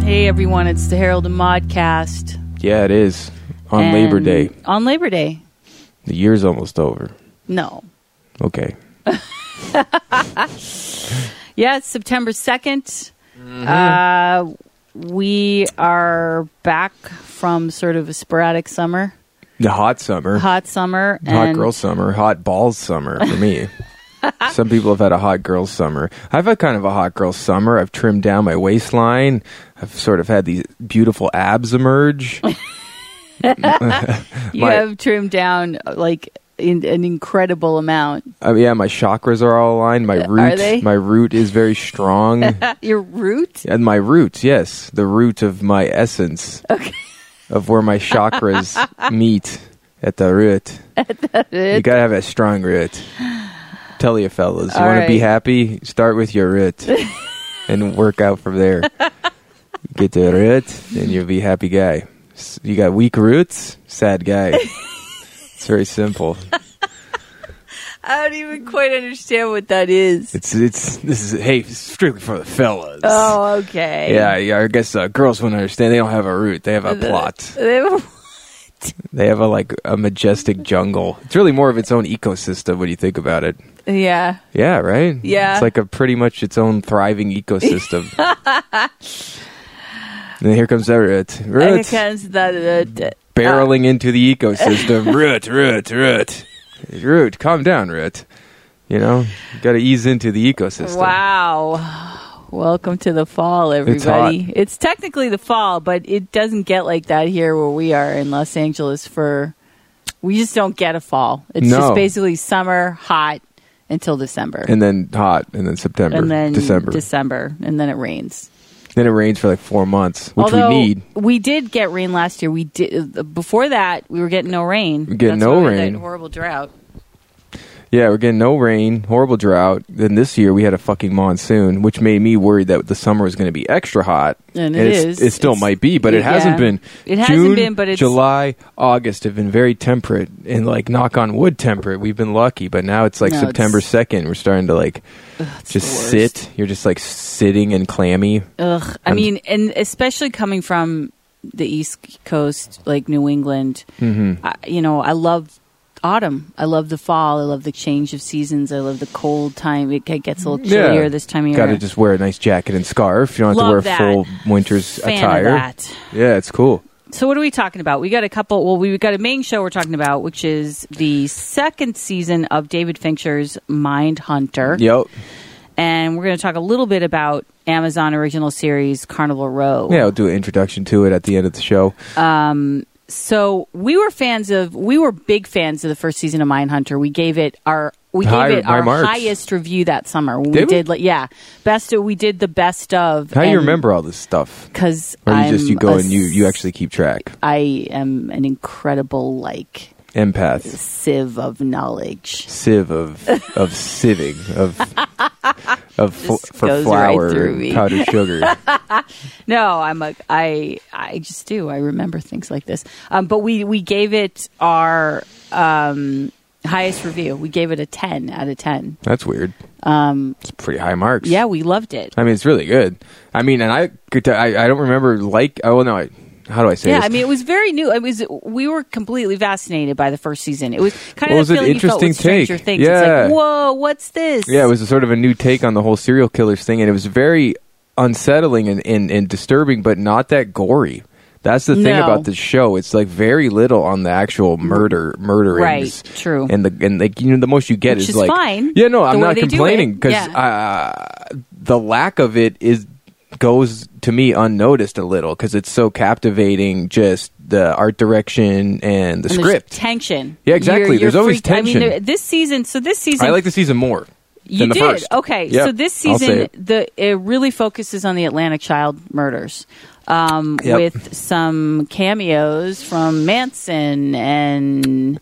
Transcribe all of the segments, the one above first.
Hey everyone, it's the Herald and Modcast. Yeah, it is. On And- Labor Day. On Labor Day. The year's almost over. No. Okay. Yeah, it's September 2nd. Mm-hmm. Uh, we are back from sort of a sporadic summer, The hot summer. Hot, hot summer. and girl summer. Hot balls summer for me. Some people have had a hot girl summer. I've had kind of a hot girl summer. I've trimmed down my waistline. I've sort of had these beautiful abs emerge. You my- have trimmed down uh, like in, an incredible amount. I mean, yeah, my chakras are all aligned. My root, they? my root is very strong. Your root? And my root, yes, the root of my essence, of where my chakras meet at the root. You gotta have a strong root. Tell you fellas, you All want to be right. happy, start with your root, and work out from there. Get the root, and you'll be a happy guy. S- You got weak roots, sad guy. it's very simple. I don't even quite understand what that is. It's it's this is hey strictly for the fellas. Oh, okay. Yeah, yeah, I guess uh, girls wouldn't understand. They don't have a root. They have a plot. They have a like a majestic jungle. It's really more of its own ecosystem when you think about it. yeah. Yeah, right? Yeah. It's like a pretty much its own thriving ecosystem. and then here comes the root. And Root it Uh. comes that. uh, barreling into the ecosystem. root, root, root. Root, calm down, root. You know, you got to ease into the ecosystem. Wow. Welcome to the fall, everybody. hot. It's technically the fall, but it doesn't get like that here where we are in Los Angeles for we just don't get a fall. It's No. just basically summer, hot until December. And then hot, and then September, And then December. December, and then it rains. then it rains for like four months, which Although we need. we did get rain last year. We did before that. We were getting no rain. We're getting That's no why we had rain. that Horrible drought. Yeah, we're getting no rain, horrible drought. Then this year we had a fucking monsoon, which made me worried that the summer was going to be extra hot. And it it's- is. It still It's- might be, but it yeah. hasn't been. It hasn't June, been, but it's- July, August have been very temperate and like knock on wood temperate. We've been lucky, but now it's like No, it's- September second. We're starting to like just the worst. sit. You're just like sitting and clammy. Ugh. I mean, and especially coming from the East Coast, like New England, Mm-hmm. I, you know, I love autumn. I love the fall. I love the change of seasons. I love the cold time. It get- gets a little chillier this time of year. Got to just wear a nice jacket and scarf. You don't have Love to wear that. full winter's Fan attire. Of that. Yeah, it's cool. So, what are we talking about? We got a couple. Well, we got a main show we're talking about, which is the second season of David Fincher's Mind Hunter. Yep. and we're going to talk a little bit about Amazon original series Carnival Row. Yeah, I'll do an introduction to it at the end of the show. So we were fans of, we were big fans of the first season of Mindhunter. We gave it our, we gave High- it high our marks. highest review that summer. When Did we? we did, like, yeah, best. Of, we did the best of. How do you remember all this stuff? Because Or you just you go and you you actually keep track. I am an incredible like Empath, sieve of knowledge. sieve of of sieving of of fl- Just for goes flour right through and me. powdered sugar. No, I'm a I I just do. I remember things like this. Um, but we we gave it our um, highest review. We gave it a ten out of ten. That's weird. Um, It's pretty high marks. yeah, we loved it. I mean it's really good. I mean, and I could t- I I don't remember like oh no, I, how do I say Yeah, this? I mean, it was very new. It was we were completely fascinated by the first season. It was kind of Well, it that was an feeling you felt interesting with Stranger take. Things. Yeah. It's like, whoa, what's this? Yeah, it was a sort of a new take on the whole serial killers thing, and it was very unsettling and, and, and disturbing, but not that gory. That's the thing No. Mm. about the show. It's like very little on the actual murder, murderings. Right, true. And the and like you know the most you get Which is is like fine, yeah no I'm the way not they do it. complaining because uh, the lack of it is goes to me unnoticed a little because it's so captivating just the art direction and the And there's script. tension. Yeah, exactly. You're- you're There's always freaked- I tension. mean, there- this season. So this season, I like the season more. You than the did first. okay. Yep, So this I'll say season, it. the it really focuses on the Atlantic child murders, um, Yep. with some cameos from Manson and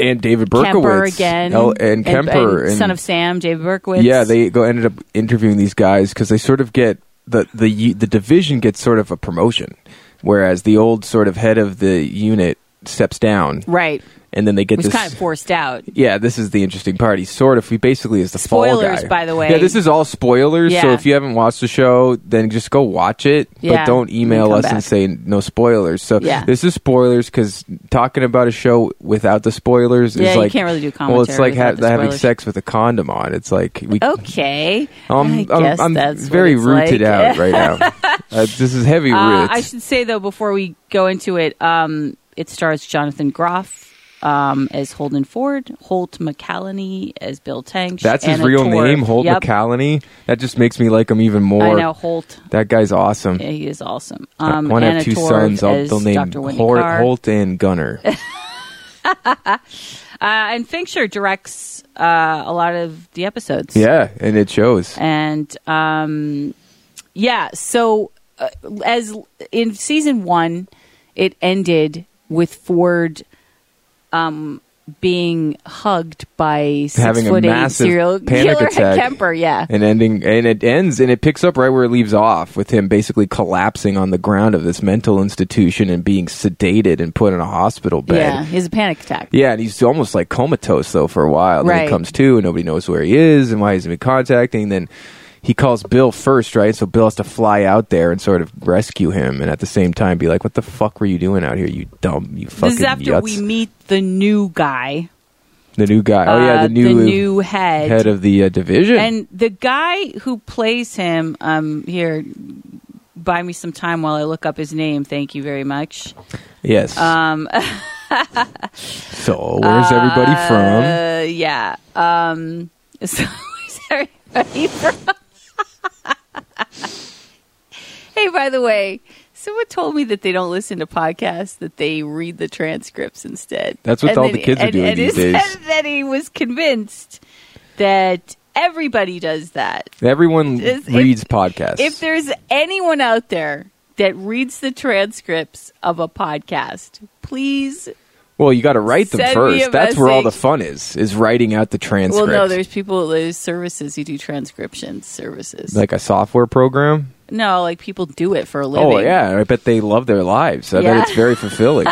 and David Berkowitz Kemper again, El- and Kemper and, Son of Sam, David Berkowitz. Yeah, they go ended up interviewing these guys because they sort of get the the u- the division gets sort of a promotion, whereas the old sort of head of the unit steps down, Right. and then they get It was this. kind of forced out. yeah, this is the interesting part. He sort of, he basically is the Spoilers, fall guy. by the way. Yeah, this is all spoilers. So Yeah. if you haven't watched the show, then just go watch it. Yeah, But don't and email come us back. and say no spoilers. So Yeah. this is spoilers because talking about a show without the spoilers Yeah, is you like can't really do Well, it's commentary like ha- without the having spoilers. sex with a condom on. It's like we. Okay. I'm, I Um, I'm- guess I'm that's what very it's rooted like. out right now. Uh, this is heavy Uh, roots. I should say though, before we go into it, um, it stars Jonathan Groff um, as Holden Ford, Holt McCallany as Bill Tank. That's his real name, Holt yep. McCallany. That just makes me like him even more. I know Holt. That guy's awesome. Yeah, he is awesome. I Um, want to Anna have Uh, two Torv sons. I'll, as they'll name Dr. Whitney Hor- Carr. Holt and Gunner. Uh, and Fincher directs uh, a lot of the episodes. yeah, and it shows. and um, yeah so uh, as in season one it ended with ford um, being hugged by six Having a foot eight massive serial panic killer attack. kemper yeah And ending, and it ends, and it picks up right where it leaves off, with him basically collapsing on the ground of this mental institution and being sedated and put in a hospital bed. yeah he has a panic attack Yeah, and he's almost like comatose though for a while. Then Right. he comes to, and nobody knows where he is and why he hasn't been contacting. Then he calls Bill first, right? So Bill has to fly out there and sort of rescue him, and at the same time be like, "What the fuck were you doing out here? You dumb, you fucking this is after yutz." we meet the new guy the new guy. oh yeah, uh, the new, head, head of the uh, division. and the guy who plays him um, here buy me some time while i look up his name thank you very much yes. um, so where's everybody from? Uh, yeah. Um, so is everybody from? hey, by the way, someone told me that they don't listen to podcasts; that they read the transcripts instead. That's what all the kids are and- doing and these he days. said that he was convinced that everybody does that. Everyone Is- if- reads podcasts. If there's anyone out there that reads the transcripts of a podcast, please well, you got to write them Send me a first. That's where all the message. fun is. Is writing out the transcript. Well, no, there's people, there's services you do transcription services. like a software program. no, like people do it for a living. Oh yeah, I bet they love their lives. I Yeah. bet it's very fulfilling.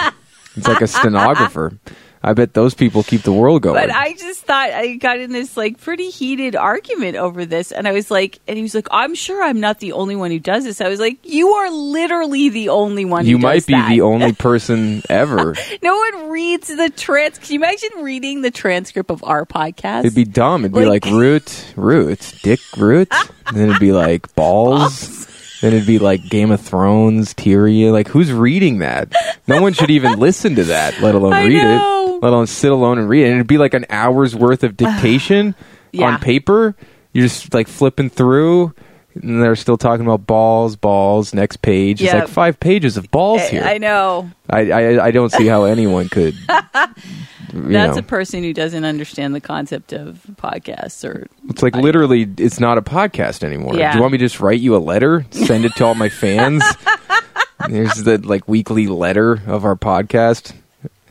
it's like a stenographer. I bet those people keep the world going. But I just thought I got in this like pretty heated argument over this, and I was like, and he was like, I'm sure I'm not the only one who does this. I was like, you are literally the only one. you who might does be that. the only person ever. No one reads the trans. Can you imagine reading the transcript of our podcast? It'd be dumb. It'd be Like- like root, root, dick, root. And then it'd be like balls. Then it'd be like Game of Thrones, Tyrion. Like who's reading that? No one should even listen to that, let alone I read know. it. Let alone sit alone and read it. And it'd be like an hour's worth of dictation Yeah. on paper. You're just like flipping through. And they're still talking about balls, balls. Next page, Yeah. it's like five pages of balls I, here. I know I, I, I don't see how anyone could. you that's know. a person who doesn't understand the concept of podcasts or It's like literally, it's not a podcast anymore. Yeah. Do you want me to just write you a letter, send it to all my fans? Here's the like weekly letter of our podcast.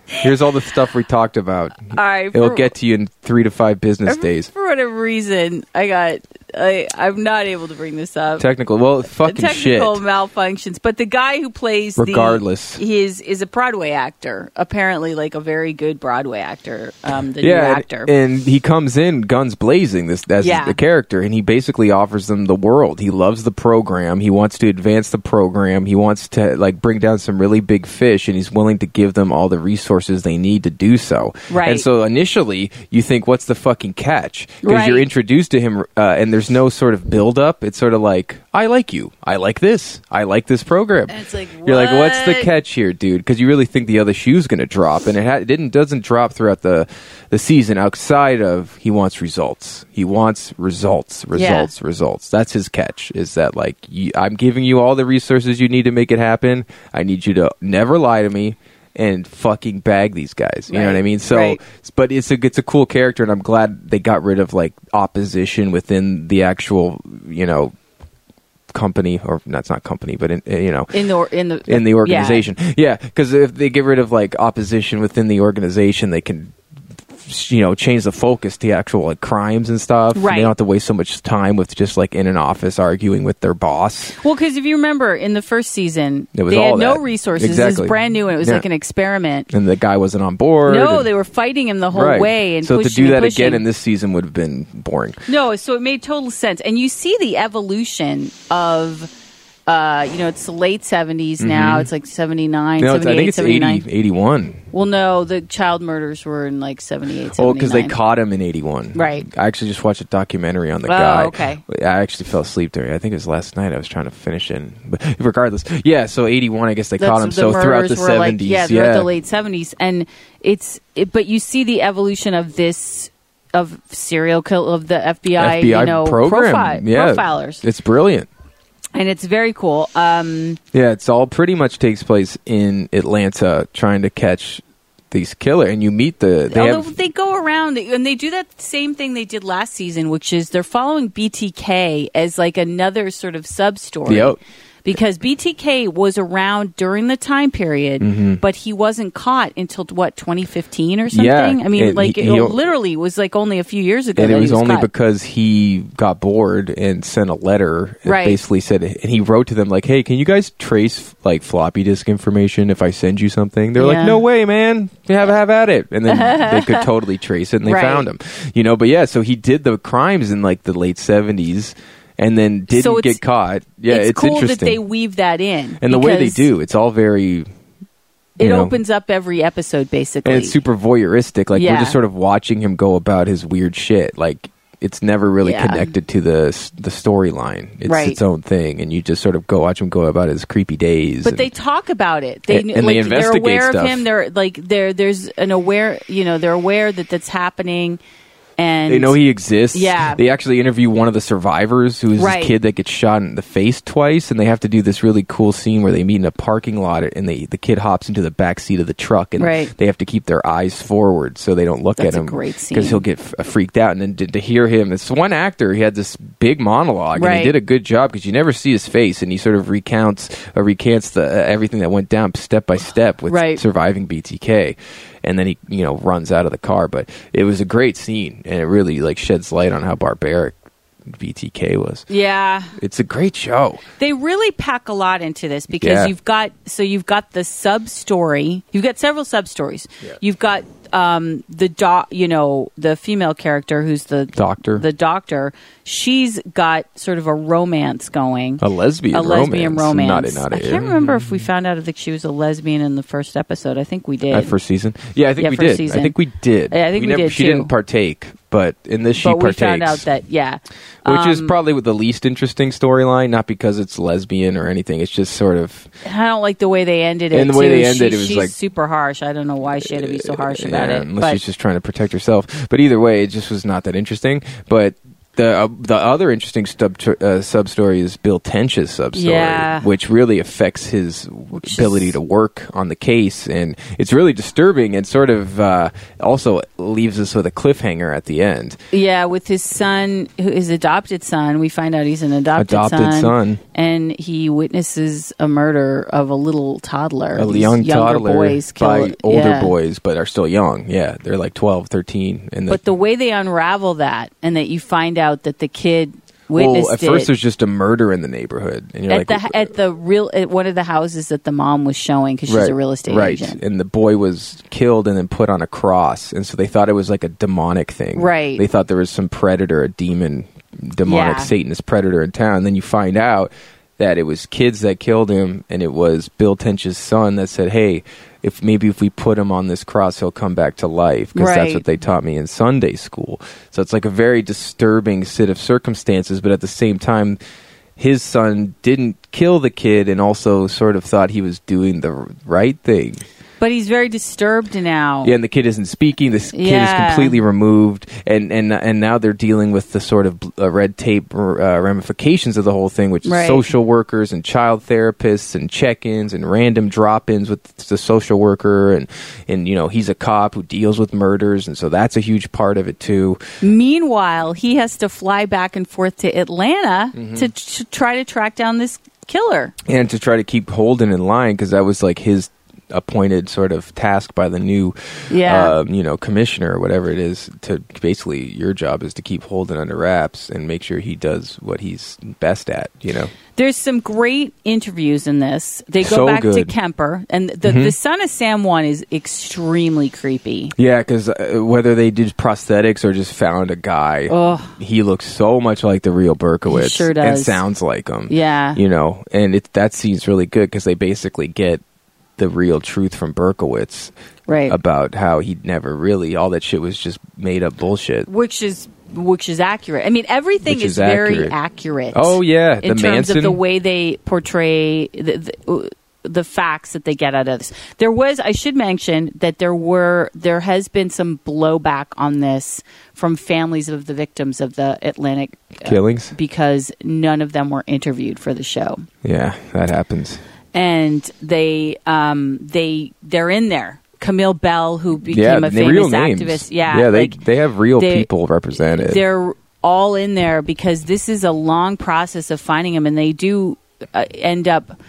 Here's all the stuff we talked about. all right. It'll for- get to you in three to five business days. For whatever reason, I got I I'm not able to bring this up. Technical, well, The fucking shit. technical malfunctions, but the guy who plays Regardless. the, he is is a Broadway actor. Apparently, like a very good Broadway actor. Um, the new Yeah, and- actor. and he comes in guns blazing. This as Yeah. the character, and he basically offers them the world. He loves the program. He wants to advance the program. He wants to like bring down some really big fish, and he's willing to give them all the resources they need to do so. Right. And so initially, you think, "What's the fucking catch?" Because Right. you're introduced to him, uh, and there's no sort of build up. It's sort of like, "I like you. I like this. I like this program." And it's like, You're like, what's the what? catch here, dude? Because you really think the other shoe's going to drop, and it, ha- it didn't doesn't drop throughout the the season. Outside of he wants results, he wants results, results, results. That's his catch. Is that like you, I'm giving you all the resources you need to make it happen. I need you to never lie to me and fucking bag these guys. You know Right. what I mean? So, Right. but it's a it's a cool character, and I'm glad they got rid of like opposition within the actual you know company or no, it's not company but in, you know in the or- in the in the yeah. organization. Yeah, because if they get rid of like opposition within the organization, they can you know change the focus to actual like crimes and stuff. and Right. they don't have to waste so much time with just like in an office arguing with their boss. Well, because if you remember in the first season, It was they all had no that. resources. It Exactly. was brand new, and it was Yeah. like an experiment. And the guy wasn't on board. No, and- they were fighting him the whole right. way, and so to pushing do and that again pushing. in this season would have been boring. No, so it made total sense, and you see the evolution of, uh, you know, it's the late 70s now. It's like 79, Mm-hmm. No, it's, I 78, think it's 79. 80, 81. Well, no, the child murders were in like 78, Oh, because they 79. caught him in '81. Right. I actually just watched a documentary on the Oh, guy. okay. I actually fell asleep during. it. I think it was last night. I was trying to finish it, but regardless, yeah. So '81, I guess they That's- caught him. So the throughout murders the were '70s, like yeah, yeah. throughout the late 70s, and it's it, but you see the evolution of this of serial kill of the FBI, FBI you know, program, profi- yeah, profilers, It's brilliant. and it's very cool. Um, Yeah, it's all pretty much takes place in Atlanta, trying to catch these killer, and you meet the. They although have, they go around and they do that same thing they did last season, which is they're following BTK as like another sort of sub story. Yep. Because BTK was around during the time period, Mm-hmm. but he wasn't caught until what 2015 or something. Yeah, I mean, and like he- it he- literally was like only a few years ago. and that it was, he was only caught. because he got bored and sent a letter that Right. basically said and he wrote to them like hey can you guys trace like floppy disk information if i send you something they're Yeah. like no way man have have at it and then they could totally trace it and they Right. found him you know but yeah so he did the crimes in like the late 70s and then didn't So it's- get caught yeah it's, it's, cool interesting that they weave that in, and the way they because do it's all very it you know, opens up every episode basically. and it's super voyeuristic. Like Yeah. we're just sort of watching him go about his weird shit. Like it's never really Yeah. connected to the s- the storyline. It's Right. its own thing, and you just sort of go watch him go about his creepy days. But and- they talk about it. They And- and, and like, they they're investigate aware stuff. of him. They're like they're there's an aware. You know, they're aware that that's happening, and they know he exists. Yeah. They actually interview one of the survivors who is Right. this kid that gets shot in the face twice, and they have to do this really cool scene where they meet in a parking lot, and they the kid hops into the back seat of the truck, and Right. they have to keep their eyes forward so they don't look That's at a him. great scene. because he'll get f- freaked out, and then to, to hear him, it's one actor. He had this big monologue, and Right. he did a good job because you never see his face, and he sort of recounts or recants the uh, everything that went down step by step with Right. surviving BTK, and then he you know runs out of the car. But it was a great scene, and it really like sheds light on how barbaric BTK was. Yeah, It's a great show. they really pack a lot into this because Yeah. you've got so you've got the sub story. You've got several sub stories. You've got um, the doc, you know, the female character who's the Doctor. The doctor, she's got sort of a romance going. A lesbian, a lesbian romance. Not it, not Mm-hmm. I it. can't remember if we found out if she was a lesbian in the first episode. I think we did. At first season, yeah, I think Yeah, we first did. season. I think we did. Yeah, I think we never, did, She too. didn't partake, but in this she but we partakes. found out that yeah, Um, which is probably the least interesting storyline, not because it's lesbian or anything. It's just sort of I don't like the way they ended it. And the way too. they ended She- it was she's like- Uh, super harsh. I don't know why she had to be so harsh about yeah, it. unless but- she's just trying to protect herself. But either way, it just was not that interesting. But the uh, the other interesting sub uh, sub story is Bill Tench's sub story, Yeah. which really affects his is- ability to work on the case, and it's really disturbing and sort of uh, also leaves us with a cliffhanger at the end. Yeah, with his son, who his adopted son. We find out he's an adopted, Adopted son. and he witnesses a murder of a little toddler. a These young younger toddler boys kill by older yeah. boys, but are still young. Yeah, they're like 12, 13. And the, But the way they unravel that, and that you find out that the kid witnessed well, at first it there's just a murder in the neighborhood, and you're at like the at the real at one of the houses that the mom was showing because she's a real estate right. agent. And the boy was killed and then put on a cross, and so they thought it was like a demonic thing. Right. They thought there was some predator, a demon, demonic Yeah. Satanist predator in town. then you find out that it was kids that killed him, and it was Bill Tench's son that said, "Hey." If maybe if we put him on this cross, he'll come back to life because Right. that's what they taught me in Sunday school. So it's like a very disturbing set of circumstances, but at the same time, his son didn't kill the kid and also sort of thought he was doing the r- right thing. But he's very disturbed now. Yeah, and the kid isn't speaking. This kid Yeah. is completely removed, and and and now they're dealing with the sort of uh, red tape uh, ramifications of the whole thing, which is Right. social workers and child therapists and check-ins and random drop-ins with the social worker, and and you know he's a cop who deals with murders, and so that's a huge part of it too. Meanwhile, he has to fly back and forth to Atlanta Mm-hmm. to t- try to track down this killer. and to try to keep Holden in line because that was like his appointed sort of task by the new, Yeah. um, you know, commissioner or whatever it is. To basically, your job is to keep holding under wraps and make sure he does what he's best at. You know, There's some great interviews in this. They go So back to good. Mm-hmm. Kemper, and the, the son of Sam one is extremely creepy. yeah, because uh, whether they did prosthetics or just found a guy, Ugh. he looks so much like the real Berkowitz. He sure and does. sounds like him. Yeah. you know, and it, that scene's really good because they basically get the real truth from Berkowitz Right. about how he never really all that shit was just made up bullshit. which is which is accurate. I mean, everything Which is, is very accurate. accurate. Oh, yeah, in the terms Manson. of the way they portray the, the, the facts that they get out of this. There was, I should mention that there were there has been some blowback on this from families of the victims of the Atlantic uh, Killings? because none of them were interviewed for the show Yeah, that happens. and they um they they're in there. Camille Bell, who became yeah, a the famous real names. activist, yeah, yeah, they like, they have real they- people represented. they're all in there because this is a long process of finding him, and they do uh, end up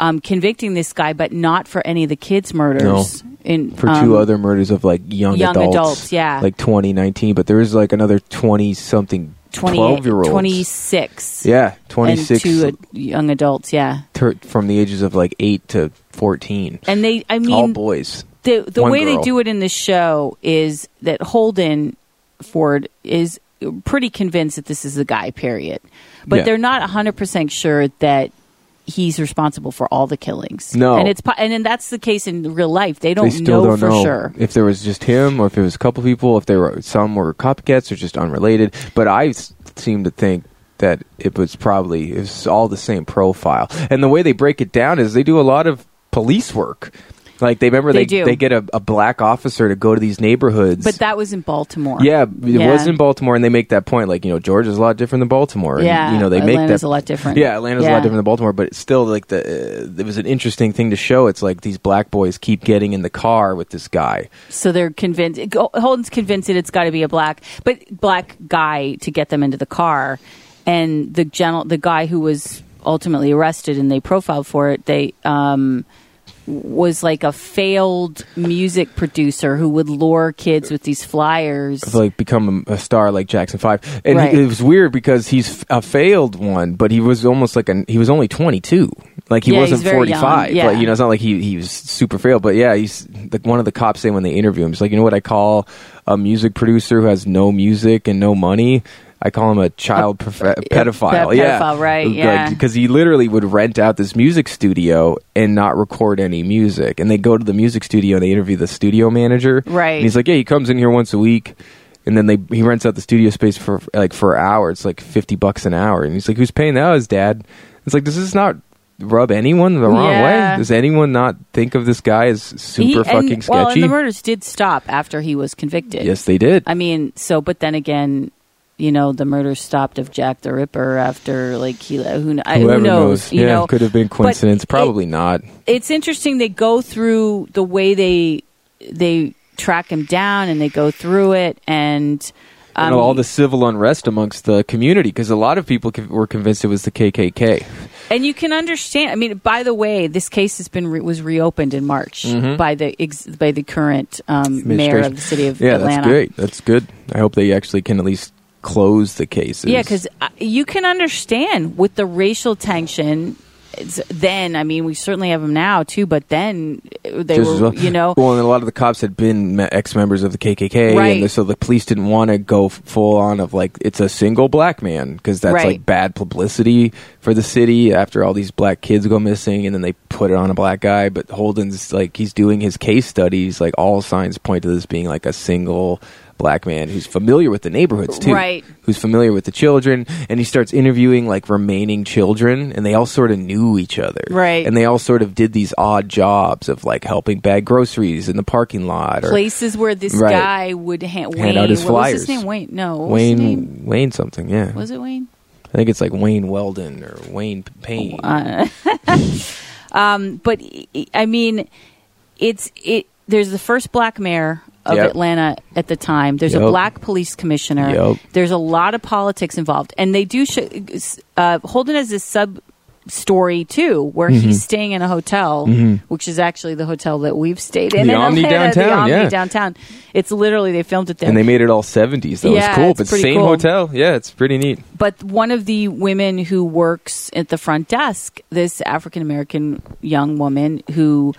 um, convicting this guy, but not for any of the kids' murders. In for um, two other murders of like young, young adults, adults, yeah. like 20, 19, but there is like another twenty something, 28 twelve year olds, 26, yeah, twenty and six two uh, young adults, yeah. ter- from the ages of like eight to fourteen, And they, I mean, all boys. the the One way they girl. do it in the show is that Holden Ford is pretty convinced that this is the guy. Period, but Yeah. they're not hundred percent sure that he's responsible for all the killings. No. and it's po- and then that's the case in real life. They don't they still know don't for know sure. if there was just him or if it was a couple people if there were some were copycats or just unrelated but i s- seem to think that it was probably it was all the same profile and the way they break it down is they do a lot of police work like they remember They they, do. they get a, a black officer to go to these neighborhoods But that was in Baltimore. yeah, it was in Baltimore, and they make that point. Like you know, Georgia's a lot different than Baltimore. and, Yeah, you know they make Atlanta's that a lot different. Yeah, Atlanta's a Yeah. lot different than Baltimore, but it's still like the uh, it was an interesting thing to show. It's like these black boys keep getting in the car with this guy. So they're convinced. Go- Holden's convinced that it's got to be a black, but black guy to get them into the car, and the general, the guy who was ultimately arrested and they profiled for it, they um, was like a failed music producer who would lure kids with these flyers. to, like become a, a star like Jackson Five, and Right. it was weird because he's f- a failed one, but he was almost like an he was only twenty two, like he Yeah, wasn't he's very forty young. five. Yeah. Like you know, it's not like he he was super failed, but yeah, he's like one of the cops say when they interview him, he's like, you know what I call a music producer who has no music and no money. I call him a child profe- pedophile. pe- yeah, pedophile, right, yeah. because he literally would rent out this music studio and not record any music. And they go to the music studio and they interview the studio manager. Right. And he's like, yeah, he comes in here once a week, and then they he rents out the studio space for like for an hour. It's like fifty bucks an hour, and he's like, who's paying that? Oh, His dad. It's like, does this not rub anyone the wrong Yeah. way? Does anyone not think of this guy as super He- and- fucking Well, sketchy? and the murders did stop after he was convicted. yes, they did. I mean, so but then again, you know, the murder stopped of Jack the Ripper after like he who, kn- I- who Whoever knows, you yeah, know, could have been But coincidence. it- Probably not. it's interesting they go through the way they they track him down and they go through it and um, You know, all the civil unrest amongst the community because a lot of people co- were convinced it was the KKK. and you can understand i mean by the way this case has been re- was reopened in march Mm-hmm. by the ex- by the current um, mayor of the city of yeah, atlanta that's great. That's good. I hope they actually can at least close the cases. Yeah, because you can understand with the racial tension. It's, then, I mean, we certainly have them now too, but then uh, they Just as were, well. you know, Well, and a lot of the cops had been me- ex-members of the KKK, Right. and the- so the police didn't want to go f- full on of like it's a single black man because that's Right. like bad publicity for the city after all these black kids go missing, and then they put it on a black guy. But Holden's like he's doing his case studies, like all signs point to this being like a single black man who's familiar with the neighborhoods too Right. who's familiar with the children and he starts interviewing like remaining children and they all sort of knew each other Right. and they all sort of did these odd jobs of like helping bag groceries in the parking lot or places where this Right. guy would ha- Wayne, out his what was his flyers. name? Wayne? No, what was his name? Wayne Wayne something yeah Was it Wayne? I think it's like Wayne Weldon or Wayne P- Payne Oh, Um, but I- I mean, it's it. There's the first black mayor of Yep. Atlanta at the time. There's a Yep. black police commissioner. Yep. There's a lot of politics involved, and they do. Sh- uh, Holden has this sub story too, where Mm-hmm. he's staying in a hotel, which is actually the hotel that we've stayed in. The in Omni Atlanta, The downtown, Omni yeah. downtown. It's literally they filmed it there. And they made it all 70s. That Yeah, was cool. it's But pretty same cool. hotel. Yeah, it's pretty neat. but one of the women who works at the front desk, this African American young woman who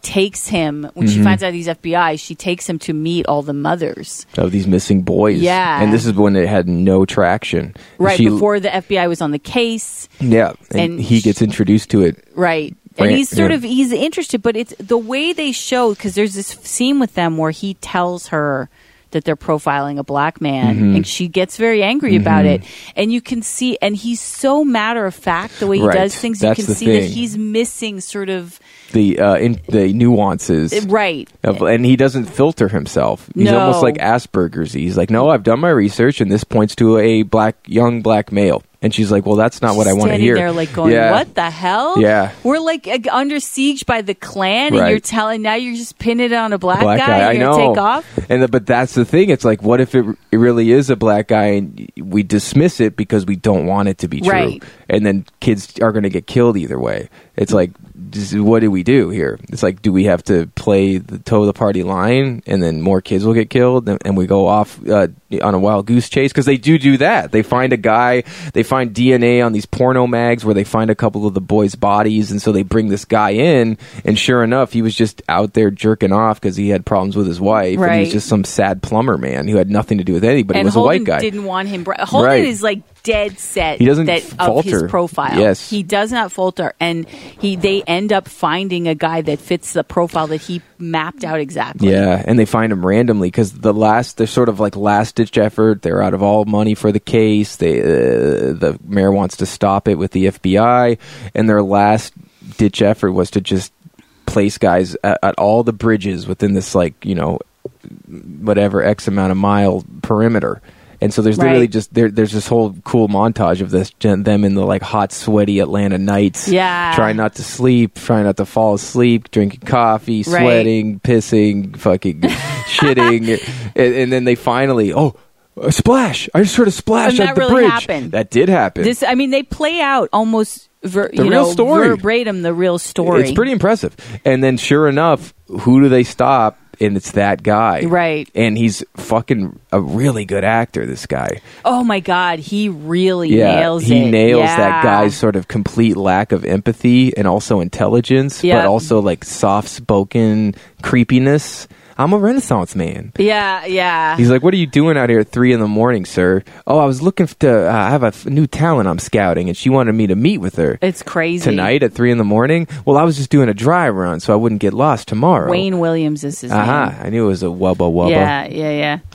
takes him when she finds out he's FBI, she takes him to meet all the mothers. Of these missing boys. Yeah. And this is when it had no traction. Right She- before the FBI was on the case. Yeah. And, and he she- gets introduced to it. Right. Right, And he's sort yeah. of he's interested, but it's the way they show because there's this scene with them where he tells her that they're profiling a black man, Mm-hmm. and she gets very angry about it. And you can see, and he's so matter of fact the way he Right. does things. That's you the can see that thing. he's missing sort of The uh, in, the nuances. right. Of, and he doesn't filter himself. He's No. almost like Asperger's. He's like, no, I've done my research, and this points to a black young black male. And she's like, well, that's not what I want to Standing hear. there, like going, yeah. "What the hell? Yeah. we're like ag- under siege by the Klan, Right. and you're telling now you're just pinning it on a black, black guy. and I you're gonna know. take off." And the, but that's the thing. It's like, what if it, it really is a black guy, and we dismiss it because we don't want it to be true, Right. and then kids are going to get killed either way. It's like, just, what do we do here? It's like, do we have to play the toe of the party line, and then more kids will get killed, and, and we go off uh, on a wild goose chase because they do do that. They find a guy, they find DNA on these porno mags where they find a couple of the boys' bodies, and so they bring this guy in, and sure enough, he was just out there jerking off because he had problems with his wife, and he Right. was just some sad plumber man who had nothing to do with anybody. and was Holden a white guy. Didn't want him. Bri- Holden Right. is like dead set. He doesn't that, of his falter. profile. Yes. he does not falter, and he they end up finding a guy that fits the profile that he mapped out exactly. Yeah, and they find him randomly because the last they're sort of like last ditch effort. They're out of all money for the case. They uh, the mayor wants to stop it with the FBI, and their last ditch effort was to just place guys at, at all the bridges within this like you know whatever x amount of mile perimeter. And so there's Right. literally just there, there's this whole cool montage of this gen- them in the like hot sweaty Atlanta nights, Yeah. trying not to sleep, trying not to fall asleep, drinking coffee, Right. sweating, pissing, fucking shitting, and, and then they finally oh a splash! I just heard a splash And at that the really bridge. happened. That did happen. This, I mean, they play out almost ver, The you real know, story. verbatim the real story. It's pretty impressive. And then, sure enough, who do they stop? And it's that guy, Right. And he's fucking a really good actor. This guy, Oh my God, he really yeah, nails he it. nails Yeah. that guy's sort of complete lack of empathy and also intelligence, Yeah. but also like soft spoken creepiness. I'm a Renaissance man. Yeah, yeah. He's like, "What are you doing out here at three in the morning, sir?" Oh, I was looking f- to. Uh, I have a f- new talent I'm scouting, and she wanted me to meet with her. it's crazy. tonight at three in the morning. Well, I was just doing a dry run, so I wouldn't get lost tomorrow. Wayne Williams is his Uh-huh. name. I knew it was a wubba wubba. Yeah, yeah,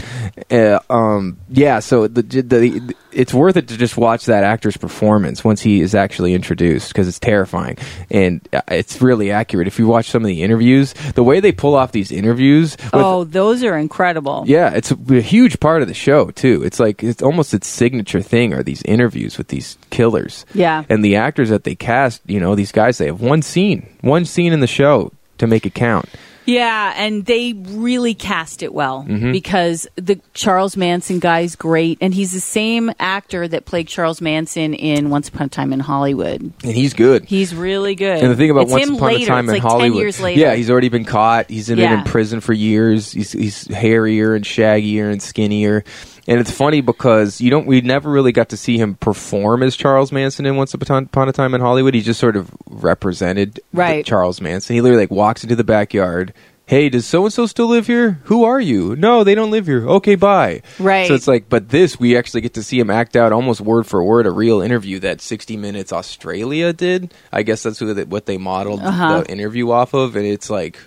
yeah. Yeah. Uh, um, yeah. So the, the, the it's worth it to just watch that actor's performance once he is actually introduced because it's terrifying and uh, it's really accurate. If you watch some of the interviews, the way they pull off these interviews with oh, those are incredible. yeah, it's a, a huge part of the show too. It's like it's almost its signature thing are these interviews with these killers. Yeah. and the actors that they cast, you know, these guys they have one scene, one scene in the show to make it count. Yeah, and they really cast it well Mm-hmm. because the Charles Manson guy's great, and he's the same actor that played Charles Manson in Once Upon a Time in Hollywood. And he's good. He's really good. and the thing about It's Once him Upon later. a it's Time in like Hollywood, ten years later. yeah, he's already been caught. He's been Yeah. in prison for years. He's he's hairier and shaggier and skinnier. And it's funny because you don't we never really got to see him perform as Charles Manson in Once Upon Upon a Time in Hollywood. He just sort of represented the Right. Charles Manson. He literally like walks into the backyard. Hey, does so and so still live here? Who are you? No, they don't live here. Okay, bye. Right. So it's like, but this we actually get to see him act out almost word for word a real interview that 60 Minutes Australia did. I guess that's who they, what they modeled Uh-huh. the interview off of, and it's like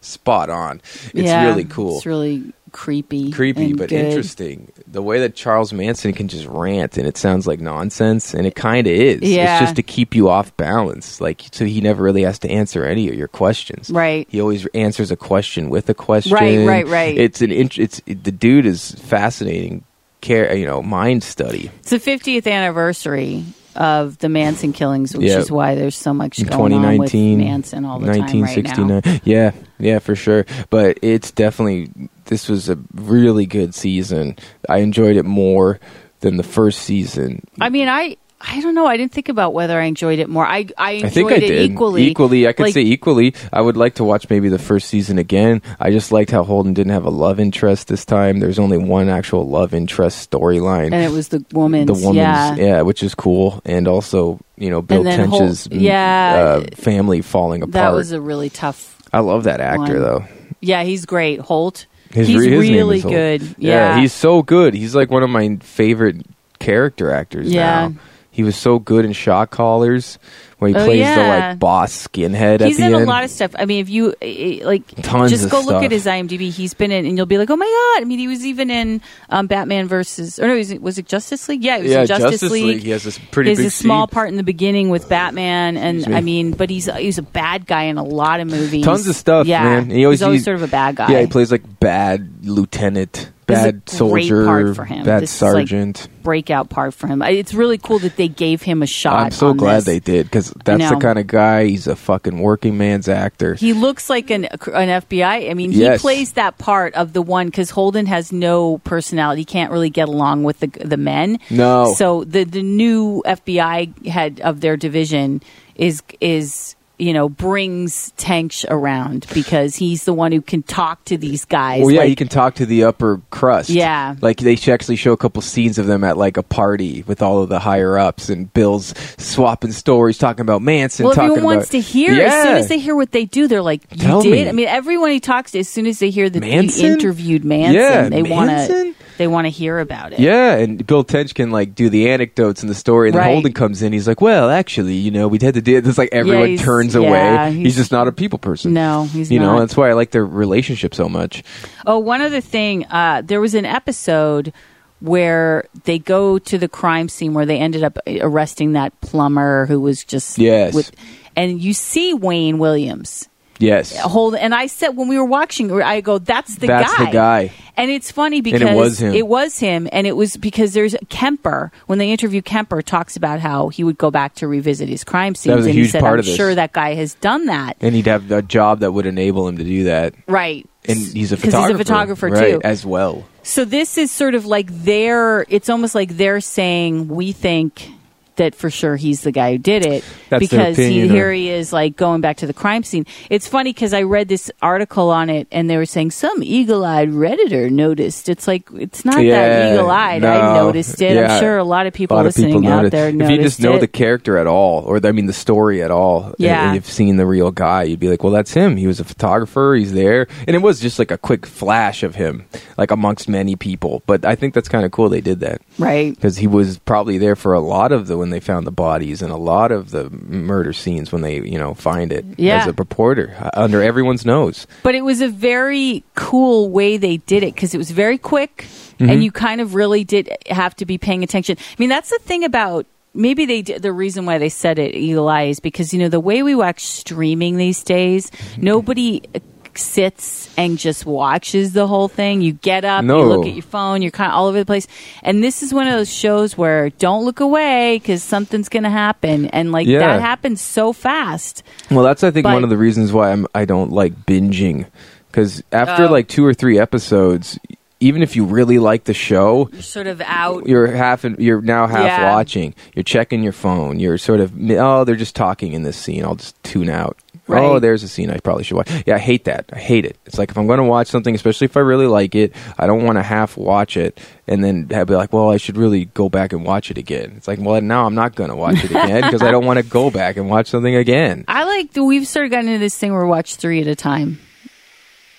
spot on. It's Yeah, really cool, It's really creepy, creepy, and but good. interesting. The way that Charles Manson can just rant and it sounds like nonsense, and it kind of is. Yeah. It's just to keep you off balance, like so he never really has to answer any of your questions. Right. He always answers a question with a question. Right, right, right. It's an int- it's it, the dude is fascinating. Care, you know, mind study. It's the fiftieth anniversary of the Manson killings, which Yeah. is why there's so much going on with 2019 Manson all the time right now. 1969 yeah yeah for sure but it's definitely this was a really good season i enjoyed it more than the first season I mean, I I don't know. I didn't think about whether I enjoyed it more. I I enjoyed I think I it did equally. I could Like, say equally. I would like to watch maybe the first season again. I just liked how Holden didn't have a love interest this time. There's only one actual love interest storyline. and it was the woman's. the woman's yeah. which is cool, and also you know Bill And then whole- Tench's m- yeah. uh, family falling apart. that was a really tough. I love that actor one. though. Yeah, he's great. Holt. His- he's his name is really Holt. good. Yeah. he's so good. He's like one of my favorite character actors. Yeah. now. he was so good in Shock Callers when he Oh, plays the yeah. like boss skinhead He's at in the a end. lot of stuff. I mean, if you eh, eh, like, Tons just of go look stuff. at his IMDb. He's been in, and you'll be like, oh my god. I mean, he was even in um, Batman versus, or no, was it, was it Justice League? Yeah, it was yeah, in Justice, League. He has this pretty He has big a small scene. part in the beginning with Batman, and Excuse me. I mean, but he's he's a bad guy in a lot of movies. Tons of stuff, Yeah, man. He he's always- always, he- sort of a bad guy. Yeah, he plays like bad lieutenant, This is a bad great soldier, part for him. bad This is, like, sergeant. breakout part for him. I- It's really cool that they gave him a shot. I'm so on glad this. they did because that's the know. kind of guy. He's a fucking working man's actor. He looks like an an FBI. I mean, he Yes. plays that part of the one because Holden has no personality. He can't really get along with the the men. No. So the the new FBI head of their division is is you know brings Tench around because he's the one who can talk to these guys. well, yeah, like, he can talk to the upper crust. Yeah. like they should actually show a couple scenes of them at like a party with all of the higher ups and Bill's swapping stories, talking about Manson. well, talking everyone wants about, to hear. As soon Yeah. as they hear what they do, they're like, "You Tell did." me. I mean, everyone he talks to, as soon as they hear that Manson? you interviewed Manson, Yeah, they want to Manson? they want to hear about it. Yeah, and Bill Tench can like do the anecdotes and the story, and then Right. Holden comes in. He's like, "Well, actually, you know, we had to do this." Like everyone he's- turns yeah, away. He's, he's- just not a people person. No, he's you not. know that's why I like their relationship so much. Oh, one other thing. Uh, there was an episode where they go to the crime scene where they ended up arresting that plumber who was just Yes. and you see Wayne Williams Yes, hold. And I said when we were watching, I go, "That's the that's guy." the guy. And it's funny it because was him. it was him, and it was because there's Kemper. When they interview Kemper, talks about how he would go back to revisit his crime scenes, was a and huge he said, part "I'm of this. sure that guy has done that." And he'd have a job that would enable him to do that. Right. And he's a 'Cause photographer. He's a photographer right, too. as well. So this is sort of like their. It's almost like they're saying we think that for sure he's the guy who did it That's their because he, opinion, or- here he is like going back to the crime scene. It's funny because I read this article on it and they were saying some eagle-eyed redditor noticed. It's like it's not Yeah, that eagle-eyed. no. I noticed it. Yeah. I'm sure a lot of A people lot of listening people know out that. there If noticed you just know it. the character at all, or I mean the story at all, and- Yeah. and you've seen the real guy, you'd be like, "Well, that's him. He was a photographer. He's there." And it was just like a quick flash of him, like amongst many people. But I think that's kind of cool they did that right. because he was probably there for a lot of the when they found the bodies and a lot of the murder scenes when they you know find it Yeah. as a reporter uh, under everyone's nose. But it was a very cool way they did it because it was very quick Mm-hmm. and you kind of really did have to be paying attention. I mean, that's the thing about maybe they did, the reason why they said it eagle eye is because you know the way we watch streaming these days, Mm-hmm. nobody uh, sits and just watches the whole thing. You get up, No. you look at your phone, you're kind of all over the place. And this is one of those shows where don't look away cuz something's going to happen and like Yeah. that happens so fast. Well, that's I think But- one of the reasons why I'm I don't like binging because after Oh. like two or three episodes, even if you really like the show, You're sort of out you're half in, you're now half Yeah. watching. You're checking your phone. You're sort of oh they're just talking in this scene. I'll just tune out. Right. Oh, there's a scene I probably should watch. Yeah, I hate that. I hate it. It's like if I'm going to watch something, especially if I really like it, I don't want to half watch it and then have- be like, well, I should really go back and watch it again. It's like, well, now I'm not going to watch it again because I don't want to go back and watch something again. I like the we've sort of gotten into this thing where we watch three at a time.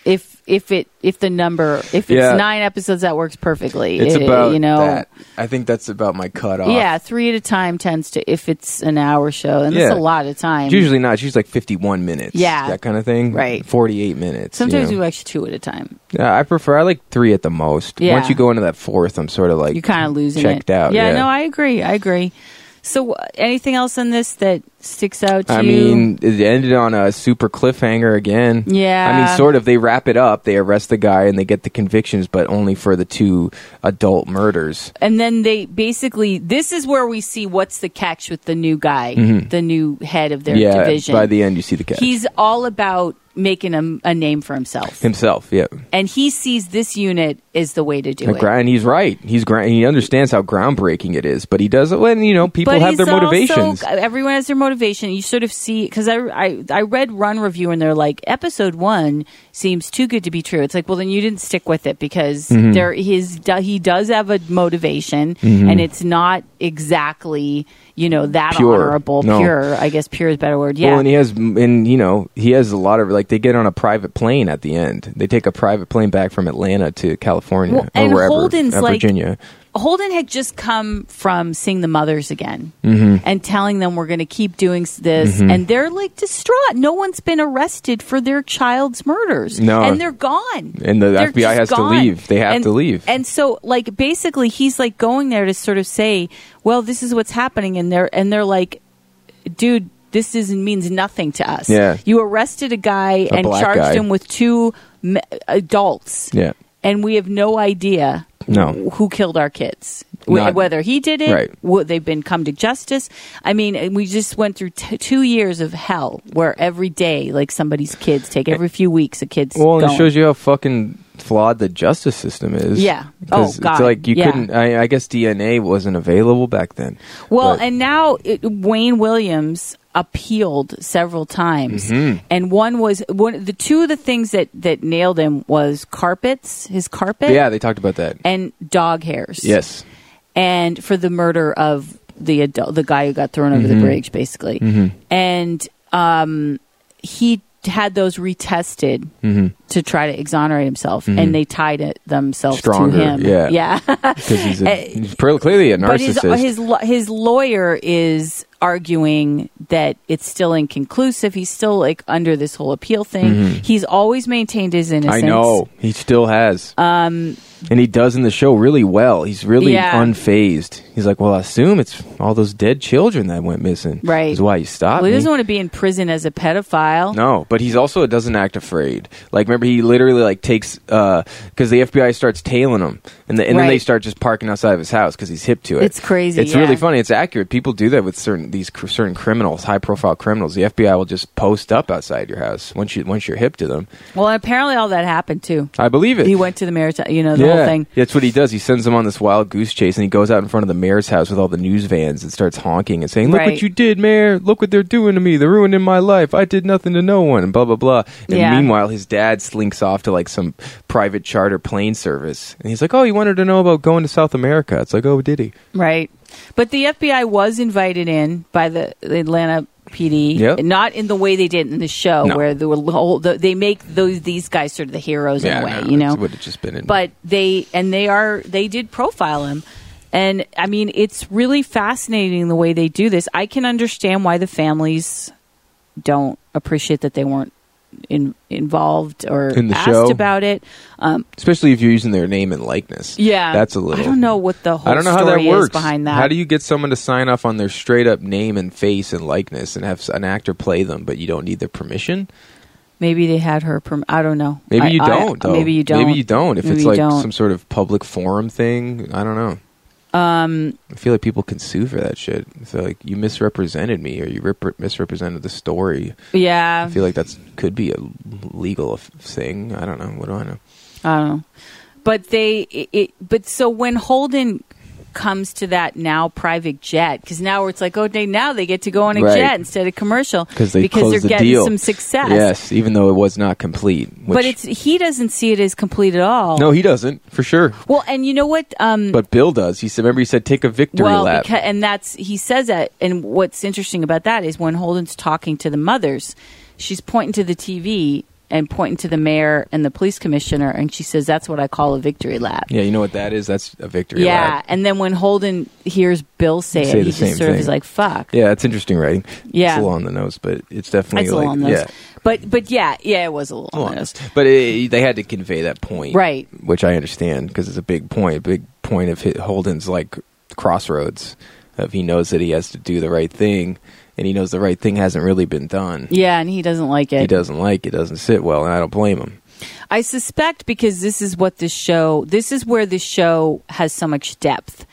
If if it if the number if it's Yeah. nine episodes that works perfectly. It's It- about you know that. I think that's about my cutoff. yeah three at a time tends to if it's an hour show and Yeah. that's a lot of time. It's usually not. It's usually like 51 minutes. Yeah. That kind of thing. Right. 48 minutes. sometimes you we know. watch two at a time. Yeah, Uh, I prefer, I like three at the most. Yeah. Once you go into that fourth, I'm sort of like. You're kind of losing checked it. out. Yeah, no, I agree. I agree. So wh- anything else on this that sticks out to I you? mean, it ended on a super cliffhanger again. Yeah. I mean, sort of. They wrap it up. They arrest the guy and they get the convictions, but only for the two adult murders. and then they basically this is where we see what's the catch with the new guy, the new head of their Mm-hmm. yeah. division. By the end, you see the catch. He's all about making a, a name for himself. himself. Yeah, And he sees this unit is the way to do and it. grind. He's right. He's grind. He understands how groundbreaking it is, but he does it when you know people have their he's also- motivations. everyone has their motivation. You sort of see because I, I I read Run Review and they're like episode one seems too good to be true. It's like well then you didn't stick with it because Mm-hmm. there his he does have a motivation and it's not exactly you know that Pure. honorable No. pure. I guess pure is a better word. Yeah. Well, and he has, and you know, he has a lot of like they get on a private plane at the end. They take a private plane back from Atlanta to California Well, or and wherever, Holden's uh, like- Virginia. Holden had just come from seeing the mothers again mm-hmm. and telling them we're going to keep doing s- this, Mm-hmm. and they're like distraught. No one's been arrested for their child's murders, No. and they're gone. And the They're FBI just has to gone. leave. They have And- to leave. And so, like, basically, he's like going there to sort of say, "Well, this is what's happening," and they're and they're like, "Dude." This is means nothing to us. Yeah. You arrested a guy and black charged guy. him with two me- adults Yeah, and we have no idea No. who killed our kids Wh- Not- whether he did it Right. would they've been come to justice i mean and we just went through t- two years of hell where every day like somebody's kids take every few weeks a kid's well, and going. it shows you how fucking flawed the justice system is. Yeah. 'Cause Oh, God. It's like you Yeah. couldn't. I, I guess DNA wasn't available back then. Well, But- and now it, Wayne Williams appealed several times, Mm-hmm. and one was one. The two of the things that that nailed him was carpets, his carpet, yeah, they talked about that. and dog hairs. Yes. and for the murder of the adult, the guy who got thrown over Mm-hmm. the bridge, basically. And um, he had those retested Mm-hmm. to try to exonerate himself, and they tied it themselves Stronger, to him. yeah. yeah. Because he's, a- he's pretty clearly a eh, but his narcissist. his lo- his lawyer is arguing that it's still inconclusive. He's still like under this whole appeal thing. He's always maintained his Mm-hmm. I innocence. know he still has, um, and he does in the show really well. He's really Yeah. unfazed. He's like, well, I assume it's all those dead children that went missing. Right. is why you stopped. Well, he me. doesn't want to be in prison as a pedophile. No, but he's also doesn't act afraid. Like remember, he literally like takes because the FBI starts tailing him, and, the, and then Right. they start just parking outside of his house because he's hip to it. It's crazy, It's yeah. really funny. It's accurate. People do that with certain these cr- certain criminals, high profile criminals. The FBI will just post up outside your house once you once you're hip to them. Well, and apparently all that happened too. I believe it. He went to the maritime, you know, the whole thing. That's what he does. He sends them on this wild goose chase, and he goes out in front of the mayor's house with all the news vans and starts honking and saying, "Look Right. what you did, mayor! Look what they're doing to me! They're ruining my life! I did nothing to no one!" And blah blah blah. And Yeah. meanwhile, his dad slinks off to like some private charter plane service, and he's like, "Oh, you wanted to know about going to South America?" It's like, "Oh, did he?" Right. But the FBI was invited in by the Atlanta PD, Yep. not in the way they did in the show, No. where the whole the, they make those these guys sort of the heroes in a way, no, you that's know. what it just been. In. But they and they are they did profile him, and I mean it's really fascinating the way they do this. I can understand why the families don't appreciate that they weren't in, involved or In the asked show? about it. especially if you're using their name and likeness, Yeah, that's a little. I don't know what the whole I don't know how story that works. is behind that. How do you get someone to sign off on their straight up name and face and likeness and have s- an actor play them, but you don't need their permission? Maybe they had her. Perm- I don't know. Maybe I- you I- don't. though. maybe you don't. Maybe you don't. If Maybe it's you like don't. some sort of public forum thing, I don't know. Um, I feel like people can sue for that shit. So like you misrepresented me or you rep- misrepresented the story. Yeah, I feel like that's could be a legal f- thing. I don't know. What do I know? I don't know. But they. It, it, but so when Holden comes to that now private jet because now it's like oh they now they get to go on a Right. jet instead of commercial Because they because closed they're the getting deal. some success. Yes, even though it was not complete. Which, But it's he doesn't see it as complete at all. no, he doesn't for sure. Well, and you know what? Um, But Bill does. He said, remember, he said, take a victory well, lap. becau- and that's he says that. And what's interesting about that is when Holden's talking to the mothers, she's pointing to the TV and pointing to the mayor and the police commissioner, and she says, "That's what I call a victory lap." yeah, you know what that is? That's a victory Yeah, lap. and then when Holden hears Bill say, Say it, the he just same sort of thing. is like, "Fuck." Yeah, it's interesting writing. Yeah. It's a little on the nose, but it's definitely That's a like, little on those. yeah. But but yeah, yeah, it was a little a little on on those. the nose. But it, they had to convey that point. Right. Which I understand because it's a big point, a big point of hit Holden's like crossroads of he knows that he has to do the right thing and he knows the right thing hasn't really been done. Yeah, and he doesn't like it. He doesn't like it, doesn't sit well, and I don't blame him. I suspect because this is what this show, this is where this show has so much depth,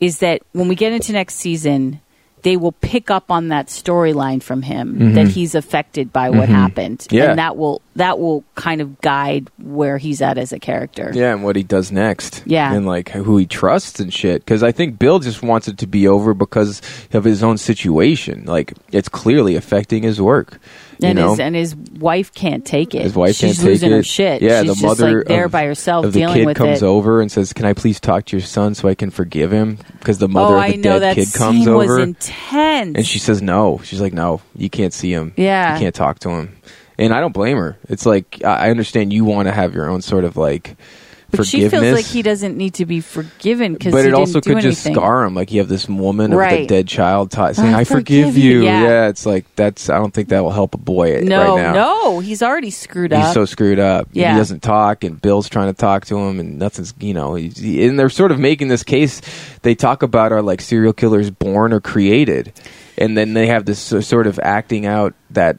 is that when we get into next season, they will pick up on that storyline from him that he's affected by what happened, Mm-hmm. Yeah. and that will that will kind of guide where he's at as a character. Yeah, and what he does next. Yeah. And like who he trusts and shit. Because I think Bill just wants it to be over because of his own situation. Like it's clearly affecting his work. You and know? his and his wife can't take it. his wife She's can't take losing it. her shit. Yeah, She's the just mother like there of, by herself of the dealing kid with comes it. over and says, "Can I please talk to your son so I can forgive him?" Because the mother oh, of the I know dead that kid scene comes over, was intense. and she says, "No." She's like, "No, you can't see him. Yeah. you can't talk to him." And I don't blame her. It's like I I understand you want to have your own sort of like but she forgiveness. feels like he doesn't need to be forgiven because but he it also didn't do could just anything. scar him. Like you have this woman with a Right. dead child t- saying, "I, forgive you." Yeah. it's like that's. I don't think that will help a boy No, right now. no, he's already screwed He's up. so screwed up. Yeah. He doesn't talk, and Bill's trying to talk to him, and nothing's, you know. he's- he- And they're sort of making this case. They talk about are like serial killers born or created, and then they have this so- sort of acting out that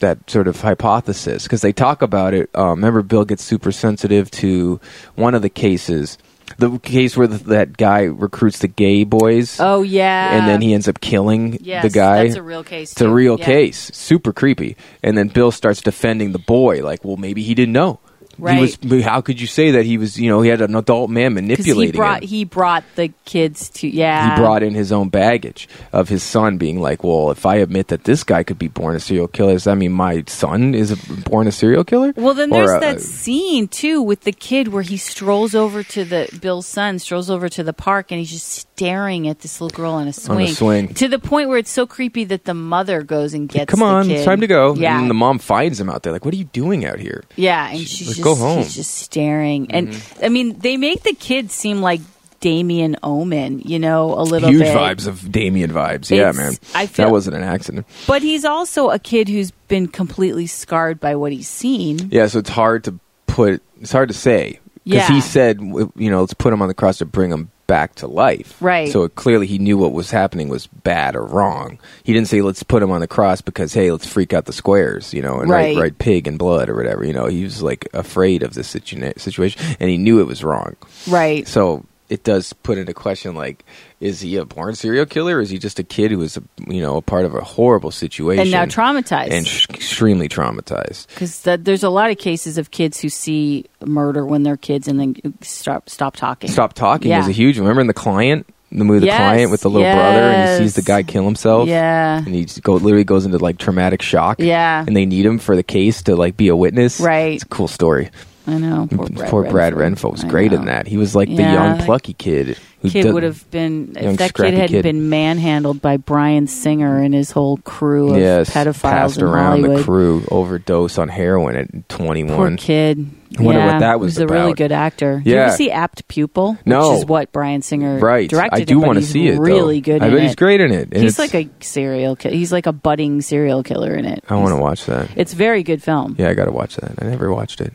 that sort of hypothesis because they talk about it. Um, remember, Bill gets super sensitive to one of the cases, the case where the, that guy recruits the gay boys, oh yeah, and then he ends up killing yes, the guy. That's a real case. It's a too. real Yeah. case. Super creepy. And then Bill starts defending the boy, like, well, maybe he didn't know. Right. He was, how could you say that he was, you know, he had an adult man 'Cause he manipulating brought him. he brought the kids to He yeah. brought in his own baggage of his son being like, well, if I admit that this guy could be born a serial killer, does that mean my son is a, born a serial killer? Well, then Or uh, there's a- that scene too with the kid where he strolls over to the Bill's son strolls over to the park and he's just staring at this little girl on a swing. swing. To the point where it's so creepy that the mother goes and gets. Come the on, it's kid. time to go. Mm-hmm. Yeah, And the mom finds him out there, like, what are you doing out here? yeah, and She's she's like, just "Go home." Mm-hmm. He's just staring, and I mean, they make the kid seem like Damien Omen, you know, a little Huge bit. vibes of Damien vibes. yeah, It's- man. I feel- that wasn't an accident. But he's also a kid who's been completely scarred by what he's seen. Yeah, so it's hard to put. It's hard to say because Yeah. he said, w- you know, let's put him on the cross to bring him back to life. Right. So it, clearly, he knew what was happening was bad or wrong. He didn't say, let's put him on the cross because hey, let's freak out the squares, you know, and write, Right. write pig and blood or whatever. You know, he was like afraid of this situ- situation, and he knew it was wrong. Right. So it does put into question like, is he a born serial killer? Or is he just a kid who was, you know, a part of a horrible situation and now traumatized. and sh- extremely traumatized? Because there's a lot of cases of kids who see murder when they're kids and then stop stop talking. Stop Talking Yeah. was a huge Remember in The Client? The movie The Yes, Client with the little brother and he yes. sees the guy kill himself. Yeah. And he just go, literally goes into like traumatic shock. Yeah. And they need him for the case to like be a witness. Right. It's a cool story. I know. Poor Poor, Brad, Brad Renfro. Renfro was I great know. in that. He was like the Yeah. young plucky kid. Who Kid does- would have been Young if that kid scrappy hadn't kid. been manhandled by Brian Singer and his whole crew of yes, pedophiles passed in around Hollywood. the crew, overdose on heroin at twenty Poor one. kid. I wonder yeah, what that he was was a really about. good actor. Did you Yeah. ever see Apt Pupil? No. which is what Brian Singer Right. directed. I it, do but want to he's see it. though. Really good. I in bet it. he's great in it. And He's it's- like a serial. Ki- he's like a budding serial killer in it. I want to watch that. It's a very good film. Yeah, I gotta watch that. I never watched it.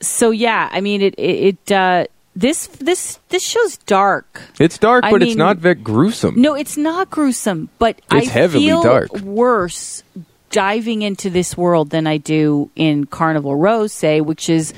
So yeah, I mean it. It, it uh, this this this show's dark. It's dark, I but it's mean- not very gruesome. No, it's not gruesome, but It's I heavily feel dark. worse diving into this world than I do in Carnival Row, say, which is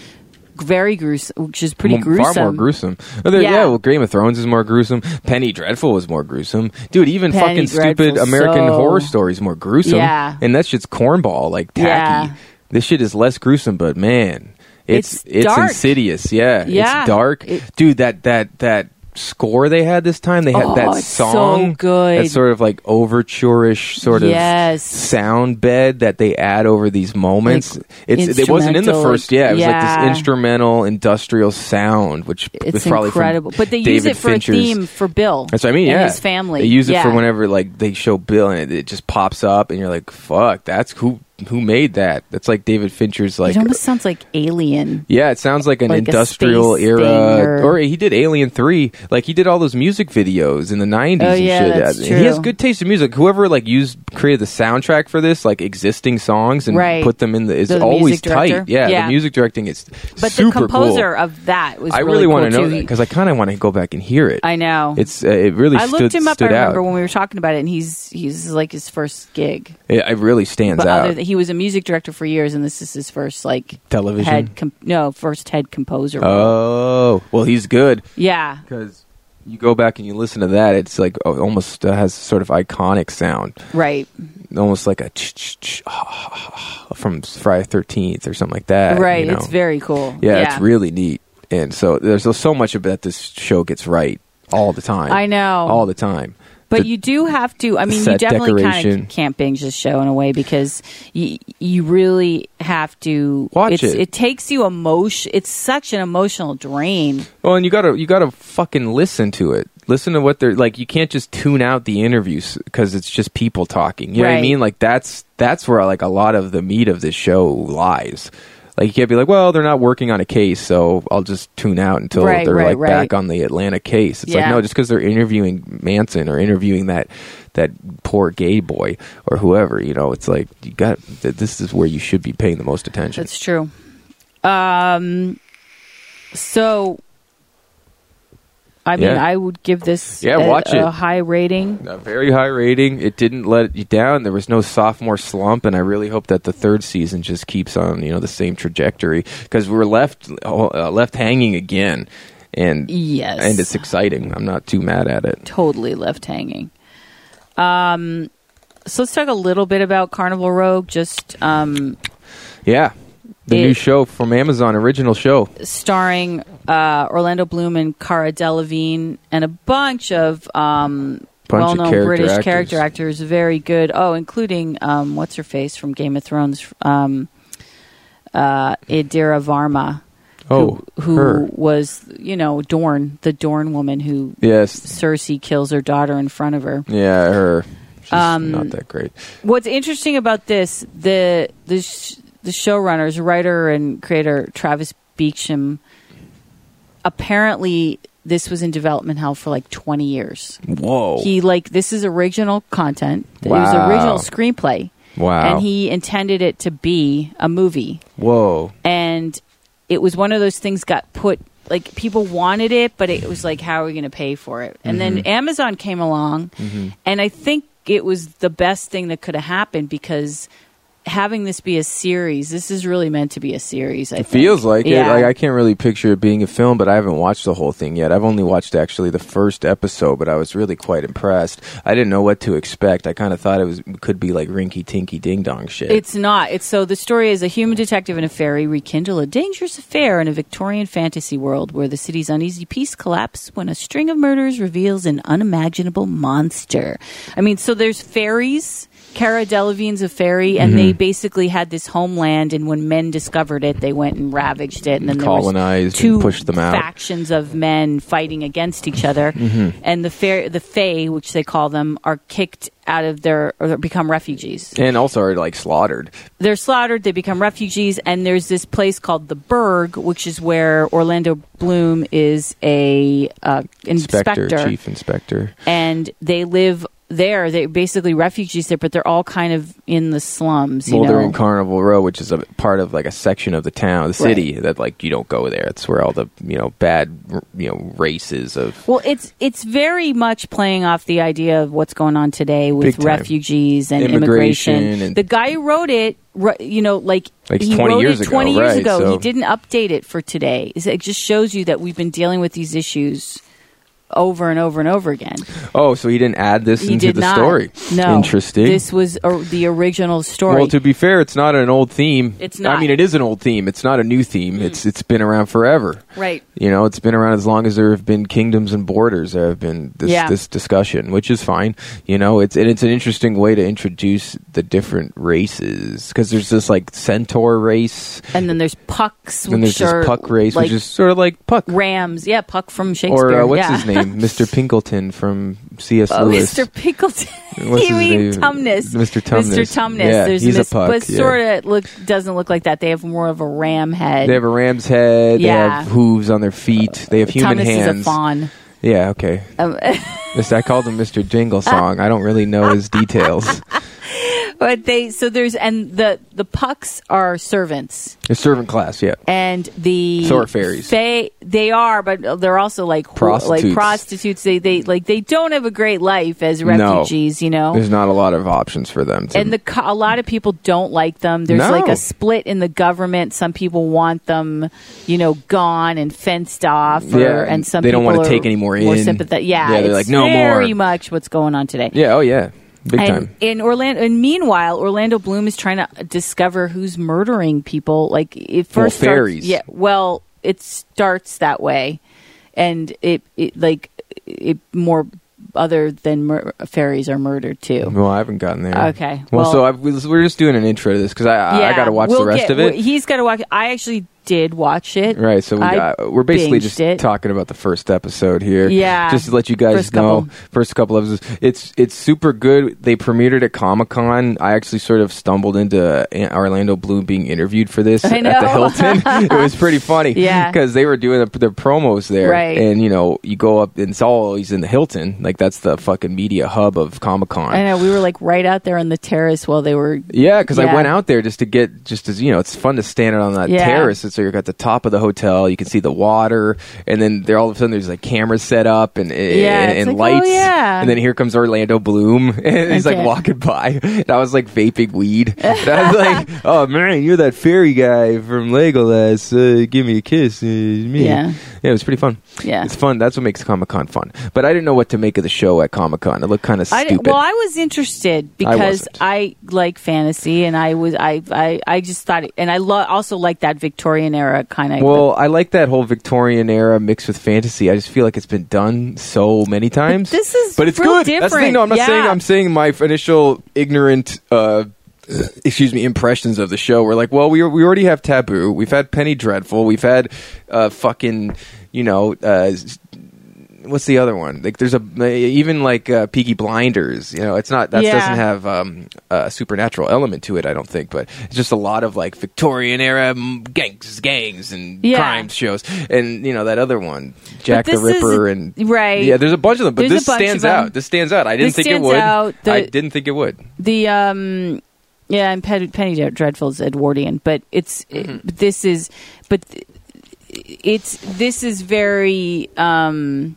very gruesome, which is pretty Well, gruesome. Far more gruesome. Oh, there- yeah. Yeah. well, Game of Thrones is more gruesome. Penny Dreadful is more gruesome. Dude, even Penny fucking stupid Dreadful's American so- Horror Story is more gruesome. Yeah. And that shit's cornball, like tacky. Yeah. This shit is less gruesome, but man, it's it's, It's dark. insidious. Yeah, Yeah. it's dark, It- dude. That that that score they had this time. They had Oh, that it's so song. good. That sort of like overture-ish sort of Yes. sound bed that they add over these moments. Like, it's it wasn't in the instrumental, first. Yeah, it was like yeah. this instrument instrumental industrial sound, which is It's probably from incredible, but they use David it for Fincher's- a theme for Bill. That's what I mean. and yeah, his family. They use it Yeah. for whenever like they show Bill, and it, it just pops up, and you're like, "Fuck, that's who who made that." That's like David Fincher's like. it almost sounds like Alien. yeah, it sounds like an like a industrial space era, thing or- he did Alien Three. Like he did all those music videos in the '90s Oh, and yeah, shit. that's And He has true. good taste in music. Whoever like used created the soundtrack for this, like existing songs, and Right. put them in the is The always music director? tight. Yeah, Yeah. the music directing is But super the composer cool. of that was I really, really want to cool know too. that because I kind of want to go back and hear it. I know. It's uh, it really I stood, looked him up. I stood remember out. when we were talking about it, and he's he's like his first gig. It, it really stands But out. other than, he was a music director for years, and this is his first like Television? head. Com- no, first head composer. role. oh well, he's good yeah, because you go back and you listen to that, it's like oh, almost uh, has sort of iconic sound, Right. almost like a ch- ch- ch- ah, ah, ah, from Friday Thirteenth or something like that. Uh, you right. It's know? very cool. yeah, it's really neat. And so there's so much of that this show gets right all the time. I know. all the time. But The- you do have to. I mean, you set definitely kind decoration. of can't binge the show in a way because you you really have to Watch it's, it. takes you emotion. It's such an emotional drain. Well, and you gotta you gotta fucking listen to it. Listen to what they're like. You can't just tune out the interviews because it's just people talking. You know what I Right. mean? Like that's that's where like a lot of the meat of this show lies. Like you can't be like, well, they're not working on a case, so I'll just tune out until Right, they're right, like right. back on the Atlanta case. It's like Yeah. no, just because they're interviewing Manson or interviewing that that poor gay boy or whoever, you know, it's like you got th- this is where you should be paying the most attention. That's true. Um. So. I mean, Yeah. I would give this Yeah, a, watch it. a high rating. a very high rating. It didn't let you down. There was no sophomore slump, and I really hope that the third season just keeps on, you know, the same trajectory because we're left uh, left hanging again, and Yes, and it's exciting. I'm not too mad at it. totally left hanging. Um, so let's talk a little bit about Carnival Rogue. Just um, Yeah, the It- new show from Amazon, original show. starring uh, Orlando Bloom and Cara Delevingne and a bunch of um, Bunch of well-known character British actors. character actors. Very good. Oh, including um, what's her face from Game of Thrones, um, uh, Idira Varma. Oh, who, who her. was you know Dorn, the Dorn woman who Yes, Cersei kills her daughter in front of her. yeah, her. She's Um, not that great. What's interesting about this the the sh- the showrunners, writer and creator Travis Beecham, apparently this was in development hell for like twenty years. Whoa! He like this is original content. It was Wow. original screenplay, wow! and he intended it to be a movie Whoa! and it was one of those things got put like people wanted it but it was like how are we going to pay for it and Mm-hmm. then amazon came along and i think it was the best thing that could have happened because having this be a series this is really meant to be a series i It feels like it. Yeah. Like I can't really picture it being a film, but I haven't watched the whole thing yet. I've only watched actually the first episode, but I was really quite impressed. I didn't know what to expect. I kind of thought it was could be like rinky tinky ding dong shit. It's not. It's so the story is a human detective and a fairy rekindle a dangerous affair in a Victorian fantasy world where the city's uneasy peace collapses when a string of murders reveals an unimaginable monster. I mean, so there's fairies. Cara Delevingne's a fairy, and Mm-hmm. they basically had this homeland. And when men discovered it, they went and ravaged it, and then there was Colonized and two pushed them out. factions of men fighting against each other, Mm-hmm. and the fair, the fae, which they call them, are kicked out of their or become refugees and also are like slaughtered. they're slaughtered, they become refugees, and there's this place called the Berg, which is where Orlando Bloom is a uh, inspector, Inspector, chief inspector. and they live there. They're basically refugees there, but they're all kind of in the slums. You well, know? they're in Carnival Row, which is a part of like a section of the town, the city that like you don't go there. It's where all the you know bad you know races of well, it's it's very much playing off the idea of what's going on today Big with time. refugees and Immigration immigration. and- the guy who wrote it, wr- you know, like, Like he 20 wrote years it ago, 20 years right, ago. so- He didn't update it for today. It just shows you that we've been dealing with these issues over and over and over again. oh, so he didn't add this He into did the not. story. No, interesting. This was or- the original story. Well, to be fair, it's not an old theme. It's I not. Mm. mean, it is an old theme. It's not a new theme. It's it's been around forever. right. You know, it's been around as long as there have been kingdoms and borders. There have been this Yeah. this discussion, which is fine. You know, it's and it's an interesting way to introduce the different races because there's this like centaur race, And then there's pucks, which and there's are this puck race, like which is sort of like puck. rams. Yeah, puck from Shakespeare. Or uh, what's yeah. his name, Mr. Pinkleton from C.S. Oh, Lewis. Mr. Pickleton. What's you his mean name? Tumnus? Mr. Tumnus. Mr. Tumnus. Yeah, There's he's a Miss- puck, But yeah. sort of look doesn't look like that. They have more of a ram head. They have a ram's head. They Yeah. have hooves on their feet. They have human Tumnus hands. is a fawn. Yeah. Okay. Um, Mr. I called him Mr. Jingle Song. I don't really know his details. But they so there's and the the pucks are servants His servant class, yeah. and the So are fairies. They they are, but they're also like wh- Prostitutes. like prostitutes. They they like they don't have a great life as refugees, you know. There's not a lot of options for them. To, and the co- a lot of people don't like them. There's No. like a split in the government. Some people want them, you know, gone and fenced off. Or, Yeah, and some they don't people wanna are take any more in. sympathetic. Yeah, Yeah, they're it's like, "No more." Very much what's going on today. yeah, oh yeah, big And time. in Orlando, and meanwhile, Orlando Bloom is trying to discover who's murdering people. Like it first Well, starts- fairies. yeah, well, it starts that way, and it, it like it more other than mur- fairies are murdered too. Well, I haven't gotten there. Okay, Well, well- so I've, we're just doing an intro to this because I, I Yeah, got to watch we'll the rest get- of it. we- He's got to watch. I actually did watch it. Right, so we I got, we're basically binged just it. talking about the first episode here. Yeah. just to let you guys First know, couple. first couple episodes. It's it's super good. They premiered it at Comic Con. I actually sort of stumbled into uh, Orlando Bloom being interviewed for this I at the know. Hilton. it was pretty funny. Yeah. because they were doing the, the promos there, Right. And you know, you go up and it's always in the Hilton. Like that's the fucking media hub of Comic Con. I know we were like right out there on the terrace while they were. Yeah, because I Yeah. went out there just to get just as you know, it's fun to stand out on that Yeah. terrace. And so you're at the top of the hotel, you can see the water, and then there all of a sudden there's like cameras set up and and, Yeah, and, it's and like, oh, lights, yeah. and then here comes Orlando Bloom, and he's like Okay. walking by, and I was like vaping weed, and I was like, oh man, you're that fairy guy from Legolas, uh, give me a kiss, uh, me. Yeah. it was pretty fun. Yeah. It's fun. That's what makes Comic Con fun. But I didn't know what to make of the show at Comic Con. It looked kind of I stupid. didn't- well, I was interested because wasn't. I, like fantasy, and I was I I, I just thought, it, and I lo- also like that Victorian era kind of. Well, I like that whole Victorian era mixed with fantasy. I just feel like it's been done so many times. this is but it's real good. That's the thing. different. No, I'm not Yeah. saying I'm saying my initial ignorant. Uh, Excuse me, impressions of the show were like, well, we we already have Taboo, we've had Penny Dreadful, we've had uh, fucking, you know, uh, what's the other one? Like, there's a even like uh, Peaky Blinders. You know, it's not that Yeah. doesn't have um, a supernatural element to it. I don't think, but it's just a lot of like Victorian era mm, gangs, gangs, and Yeah. crime shows, and you know that other one, Jack the this is- Ripper, and right. Yeah, there's a bunch of them, but There's a this bunch stands of 'em. out. This stands out. I didn't This think it stands would. out. The- I didn't think it would. the um yeah and Pen- penny Dread- dreadful's edwardian but it's it, this is but th- it's this is very um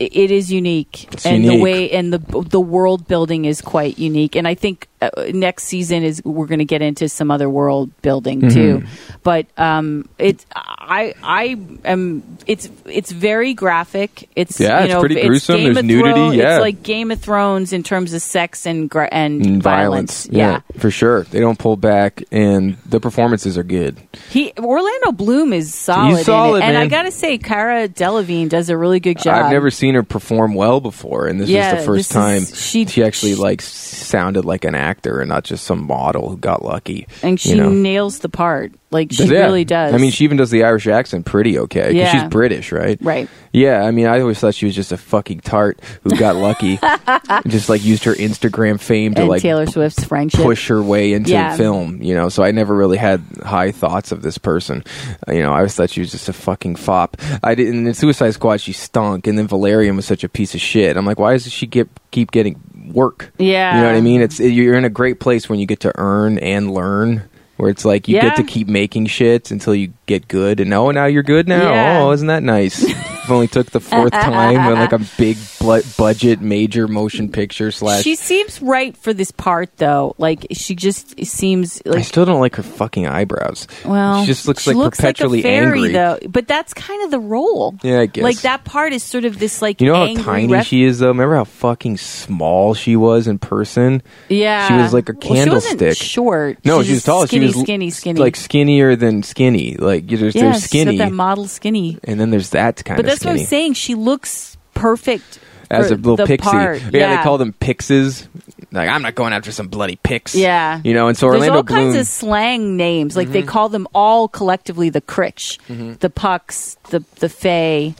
i- it is unique It's and unique. the way and the the world building is quite unique and i think uh, next season is we're going to get into some other world building Mm-hmm. too but um it's i i am it's it's very graphic it's Yeah, you it's know, pretty gruesome. Game There's of nudity, Thrones- yeah. it's like Game of Thrones in terms of sex and gra- and, violence. Yeah. for sure. They don't pull back, and the performances are good. he Orlando Bloom is solid. in it. solid, and I man. gotta say, Cara Delevingne does a really good job. I've never seen her perform well before, and this Yeah, was the this first time is- she- she actually she- like sounded like an actor and not just some model who got lucky. and she you know? nails the part. Like she Yeah. really does. I mean, she even does the Irish accent pretty okay. 'cause Yeah. she's British, right? Right. Yeah, I mean, I always thought she was just a fucking tart who got lucky, and just like used her Instagram fame to and like Taylor Swift's friendship. push her way into Yeah. film, you know. So I never really had high thoughts of this person. Uh, You know, I always thought she was just a fucking fop. I didn't in Suicide Squad she stunk and then Valerian was such a piece of shit. I'm like, why does she get keep getting work? Yeah. You know what I mean? It's you're in a great place when you get to earn and learn. Where it's like you Yeah. get to keep making shit until you get good, and oh, now you're good now. Yeah. Oh, isn't that nice? I've only took the fourth time on like a big bl- budget major motion picture slash She seems right for this part, though. Like she just seems I like still don't like her fucking eyebrows. well, she just looks she like perpetually a fairy, angry. though. But that's kind of the role. Yeah, I guess. Like that part is sort of this like You know how angry tiny ref- she is, though. Remember how fucking small she was in person? Yeah, She was like a Well, she wasn't candlestick. short. No, she was she's tall. Skinny, she was l- skinny, skinny. like skinnier than skinny. Like you- there's, yeah, there's she's got skinny, that model skinny. and then there's that kind But of that's skinny. what I'm saying. She looks perfect As for a little the pixie, Part. yeah, they call them pixes. Like I'm not going after some bloody pix. Yeah. you know. And so There's Orlando all Bloom. Mm-hmm. kinds of slang names. Like they call them all collectively the Critch, the Pucks, the the Fay,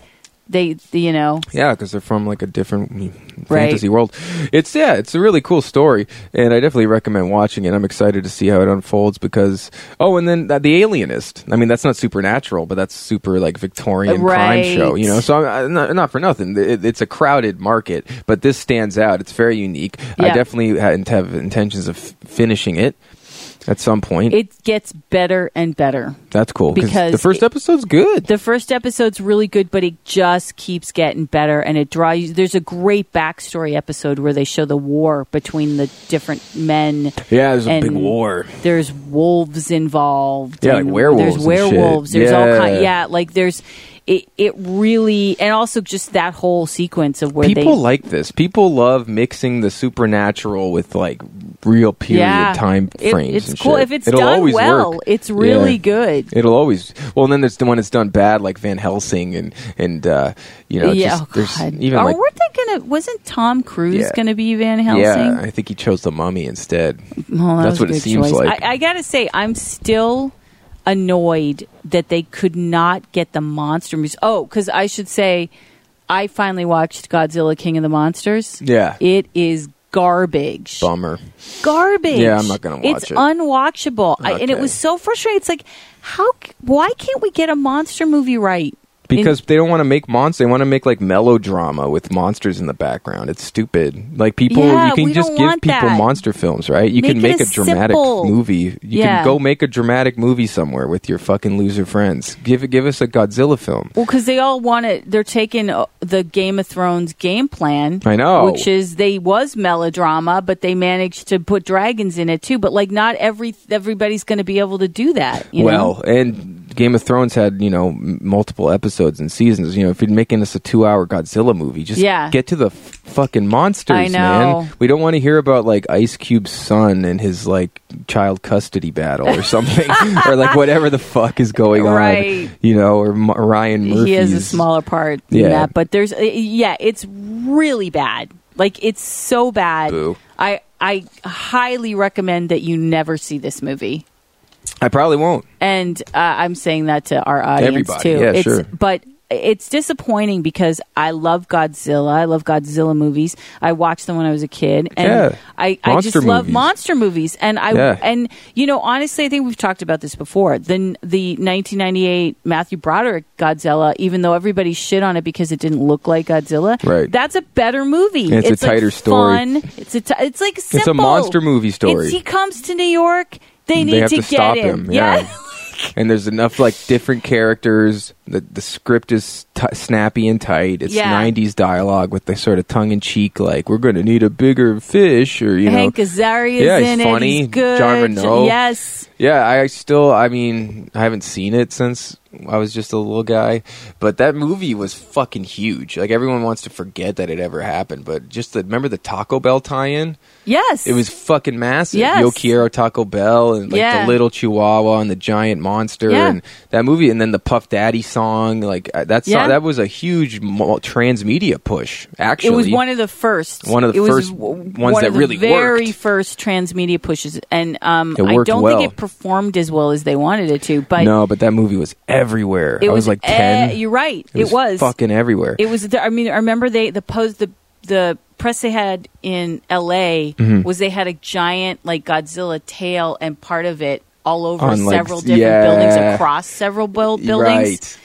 They, they- you know, Yeah, because they're from like a different mm, Right. fantasy world. It's yeah, it's a really cool story, and I definitely recommend watching it. I'm excited to see how it unfolds because oh, and then uh, the Alienist. I mean, that's not supernatural, but that's super like Victorian crime Right. show, you know. So I'm, i not, not for nothing. It, it's a crowded market, but this stands out. It's very unique. I Yeah. definitely had, have intentions of f- finishing it at some point. it gets better and better. that's cool because the first it- episode's good. The first episode's really good, but it just keeps getting better, and it draws. you- There's a great backstory episode where they show the war between the different men. yeah, there's a and big war. There's wolves involved. Yeah, like and werewolves There's and shit. werewolves. There's all kind. Yeah. Yeah, like there's. It, it really and also just that whole sequence of where people they like this. People love mixing the supernatural with like real period time It- frames. it's and cool shit. if it's It'll done always well. work. It's really Yeah. good. It'll always well. And then there's the one that's done bad, like Van Helsing, and and uh, you know, yeah, just, oh, there's God. even Or like weren't they gonna? Wasn't Tom Cruise Yeah. gonna be Van Helsing? yeah. I think he chose the Mummy instead. Well, Oh, that That's was what a it good seems choice. like. I, I gotta say, I'm still annoyed that they could not get the monster music. Oh, because I should say, I finally watched Godzilla: King of the Monsters. Yeah. it is garbage. Bummer. Garbage. Yeah, I'm not gonna watch it's it. unwatchable, I, and it Okay. was so frustrating. It's like, how? c- Why can't we get a monster movie right? In- Because they don't want to make monsters. They want to make like melodrama with monsters in the background. It's stupid. Like people, Yeah, you can we just don't give want people that. monster films, right? You can Make make it a a dramatic simple- movie. You Yeah. can go make a dramatic movie somewhere with your fucking loser friends. Give give us a Godzilla film. Well, because they all want it. They're taking uh, the Game of Thrones game plan. I know. which is they was melodrama, but they managed to put dragons in it too. But like, not every everybody's going to be able to do that. You well, know? and Game of Thrones had you know m- multiple episodes and seasons. You know, if you're making us a two-hour Godzilla movie, just Yeah. get to the f- fucking monsters, I know. man. We don't want to hear about like Ice Cube's son and his like child custody battle or something, or like whatever the fuck is going Right. on. You know, or M- Ryan Murphy. he has a smaller part in Yeah. that, but there's uh, yeah, it's really bad. Like it's so bad. Boo. I I highly recommend that you never see this movie. I probably won't. and uh, I'm saying that to our audience Everybody, too. yeah, it's, sure. But it's disappointing because I love Godzilla. I love Godzilla movies. I watched them when I was a kid, and Yeah. I, I just Monster love movies. monster movies. And I Yeah. and you know, honestly, I think we've talked about this before. The the 1998 Matthew Broderick Godzilla, even though everybody shit on it because it didn't look like Godzilla, Right. That's a better movie. It's a like tighter story. Fun. It's a t- it's like simple. It's a monster movie story. It's- he comes to New York. They need have to, get stop him. him. and there's enough like different characters. The the script is t- snappy and tight. It's Yeah. 90s dialogue with the sort of tongue in cheek, like we're going to need a bigger fish, or you Hank know. Azaria's Yeah, he's in funny. it. He's good. John Renaud. Yes. Yeah, I still. I mean, I haven't seen it since I was just a little guy, but that movie was fucking huge. Like everyone wants to forget that it ever happened, but just the, remember the Taco Bell tie-in. Yes. It was fucking massive. Yes. Yo Quiero Taco Bell and like Yeah. the little Chihuahua and the giant monster Yeah. and that movie, and then the Puff Daddy song. Like uh, that song, Yeah. that was a huge mo- transmedia push. Actually, It was one of the first. One of the it was first w- ones one that of the really very worked. first transmedia pushes, and um, It I worked don't well. think it performed as well as they wanted it to. But no, but that movie was everywhere. it I was like eh, ten. you're right. It was, fucking everywhere. It was. The, I mean, I remember they the pose the the press they had in L.A. Mm-hmm. was they had a giant like Godzilla tail and part of it all over On, like, several different yeah. buildings across several buil- buildings. Right.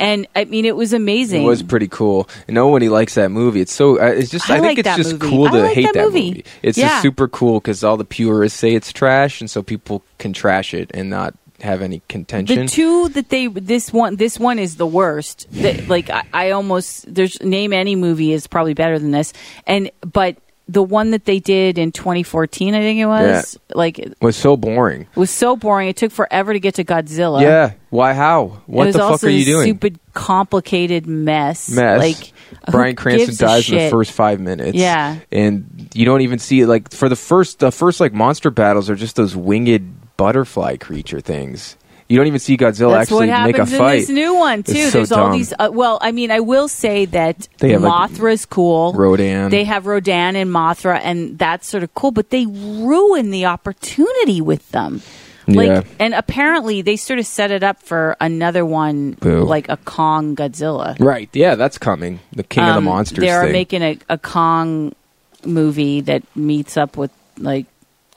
And I mean, it was amazing. It was pretty cool. Nobody likes that movie. It's so. uh, It's just. I I, like think it's that just movie. cool I to like hate that that, movie. movie. It's Yeah. just super cool because all the purists say it's trash, and so people can trash it and not have any contention. the two that they this one this one is the worst. That like I, I almost there's name any movie is probably better than this. And but the one that they did in 2014, I think it was like it was so boring. was so boring. It took forever to get to Godzilla. yeah. Why? How? It What was the fuck also are you this doing? Stupid, complicated mess. Mess. Like who Brian Cranston gives a dies in the shit? first five minutes. Yeah. and you don't even see it. Like for the first, the first like monster battles are just those winged butterfly creature things. You don't even see Godzilla That's actually what make a happens fight. in this new one too. so There's all dumb. these. Uh, well, I mean, I will say that They have, like, Mothra's cool. Rodan. They have Rodan and Mothra, and that's sort of cool. But they ruin the opportunity with them. Like, Yeah. and apparently they sort of set it up for another one, Boo. like a Kong Godzilla. Right. Yeah, that's coming. The King of the Um, Monsters They are thing. making a, a Kong movie that meets up with like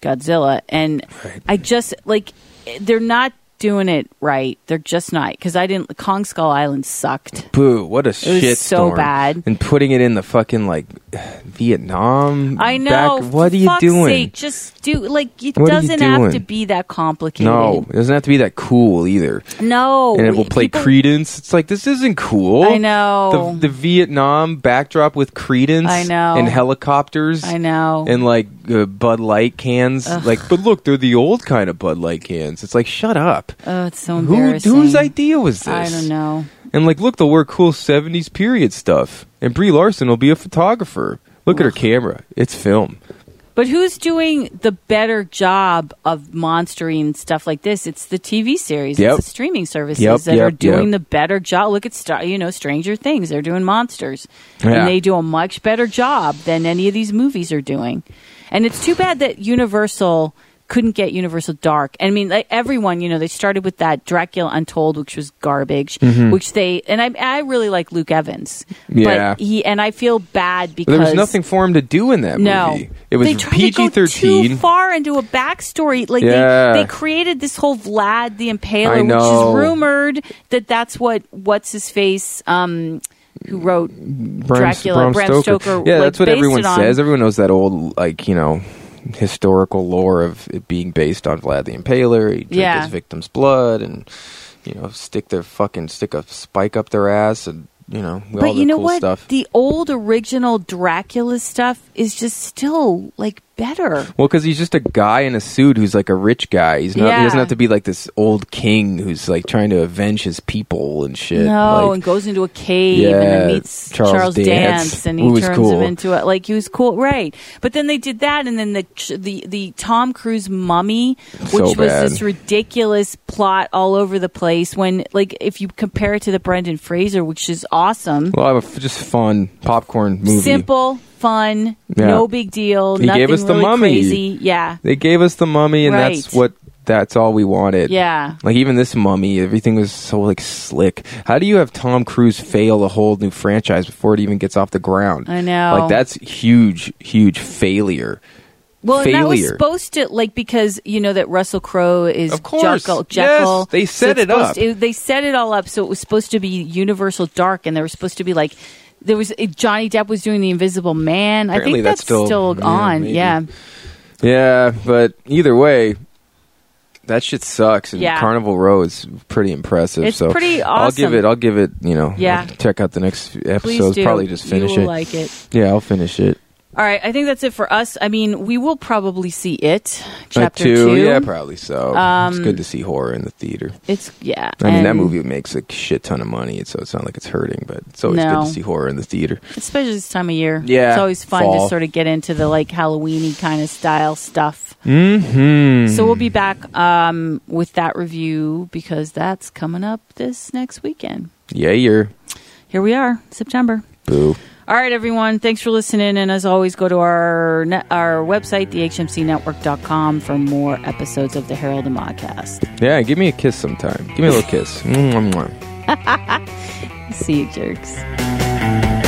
Godzilla, and Right. I just like they're not doing it right. They're just not because I didn't Kong Skull Island sucked. Boo! What a was shit so bad. And putting it in the fucking like Vietnam. I know. back- what are you fuck's doing? sake, just do like it What are you doesn't have doing? to be that complicated. No, it doesn't have to be that cool either. no. and it will play people- Credence. It's like this isn't cool. I know. the, the Vietnam backdrop with Credence. I know. and helicopters. I know. and like uh, Bud Light cans. Like, but look, they're the old kind of Bud Light cans. It's like shut up. oh, it's so Who, embarrassing. whose idea was this? I don't know. And like, look, they'll wear cool '70s period stuff, and Brie Larson will be a photographer. Look at her camera; it's film. But who's doing the better job of monstering stuff like this? It's the TV series, Yep. it's the streaming services Yep, that yep, are doing yep. the better job. Look at Star, you know Stranger Things; they're doing monsters, Yeah. and they do a much better job than any of these movies are doing. And it's too bad that Universal couldn't get Universal Dark. I mean, like everyone, you know, they started with that Dracula Untold, which was garbage, Mm-hmm. which they and I, I really like Luke Evans, Yeah. but he and I feel bad because There was nothing for him to do in that no, movie. They It was tried to go PG thirteen. Too far into a backstory, like Yeah. they, they created this whole Vlad the I Impaler, which know. is rumored that that's what what's his face, um, who wrote Dracula, Bram Stoker, Yeah, like, that's what based everyone it on- says. Everyone knows that old, like you know, historical lore of it being based on Vlad the Impaler. He drink Yeah. his victim's blood, and you know, stick their fucking stick a spike up their ass, and you know, all But the you know cool what? stuff. The old original Dracula stuff is just still like better. Well, because he's just a guy in a suit who's like a rich guy. He's not. He doesn't Yeah. have to be like this old king who's like trying to avenge his people and shit. No, like, and goes into a cave Yeah, and then meets Charles Charles, Dance, Dance, and he who was turns cool. him into a like he was cool, right? But then they did that, and then the the the Tom Cruise mummy, which So was bad. this ridiculous plot all over the place. When like if you compare it to the Brendan Fraser, which is awesome, well, I have a f- just fun popcorn movie. simple, fun, Yeah. no big deal, He nothing gave us the really mummy. crazy, yeah, They gave us the mummy, and that's Right. what. That's all we wanted. yeah. Like even this mummy, everything was so like slick. How do you have Tom Cruise fail a whole new franchise before it even gets off the ground? I know. Like that's huge, huge failure. Well, and that was failure. supposed to like because you know that Russell Crowe is Of course. Jekyll. Jekyll. Yes, they set it's it up. supposed to- they set it all up, so it was supposed to be Universal Dark, and there was supposed to be like there was Johnny Depp was doing the Invisible Man. Apparently I think that's that's, still- still, yeah, on. maybe. Yeah, Yeah, but either way, that shit sucks. And Yeah. Carnival Row is pretty impressive. It's so pretty I'll give awesome. it. I'll give it. You know. Yeah. I'll check out the next few please episodes. do. Probably just finish you will it. like it. yeah, I'll finish it. All right, I think that's it for us. I mean, we will probably see it Uh, chapter two. Yeah, probably so. it's Um, good to see horror in the theater. It's yeah. I mean, that and movie makes a shit ton of money, so it's not like it's hurting, but it's always No. good to see horror in the theater. especially this time of year. Yeah, it's always fun fall. to sort of get into the like Halloweeny kind of style stuff. Mm-hmm. So we'll be back um, with that review because that's coming up this next weekend. Yeah, you're. Here we are, September. Boo. All right, everyone. Thanks for listening. And as always, go to our net, our website, thehmcnetwork.com, for more episodes of the Herald and Modcast. Yeah, give me a kiss sometime. Give me a little kiss. Mwah, mwah. See you, jerks.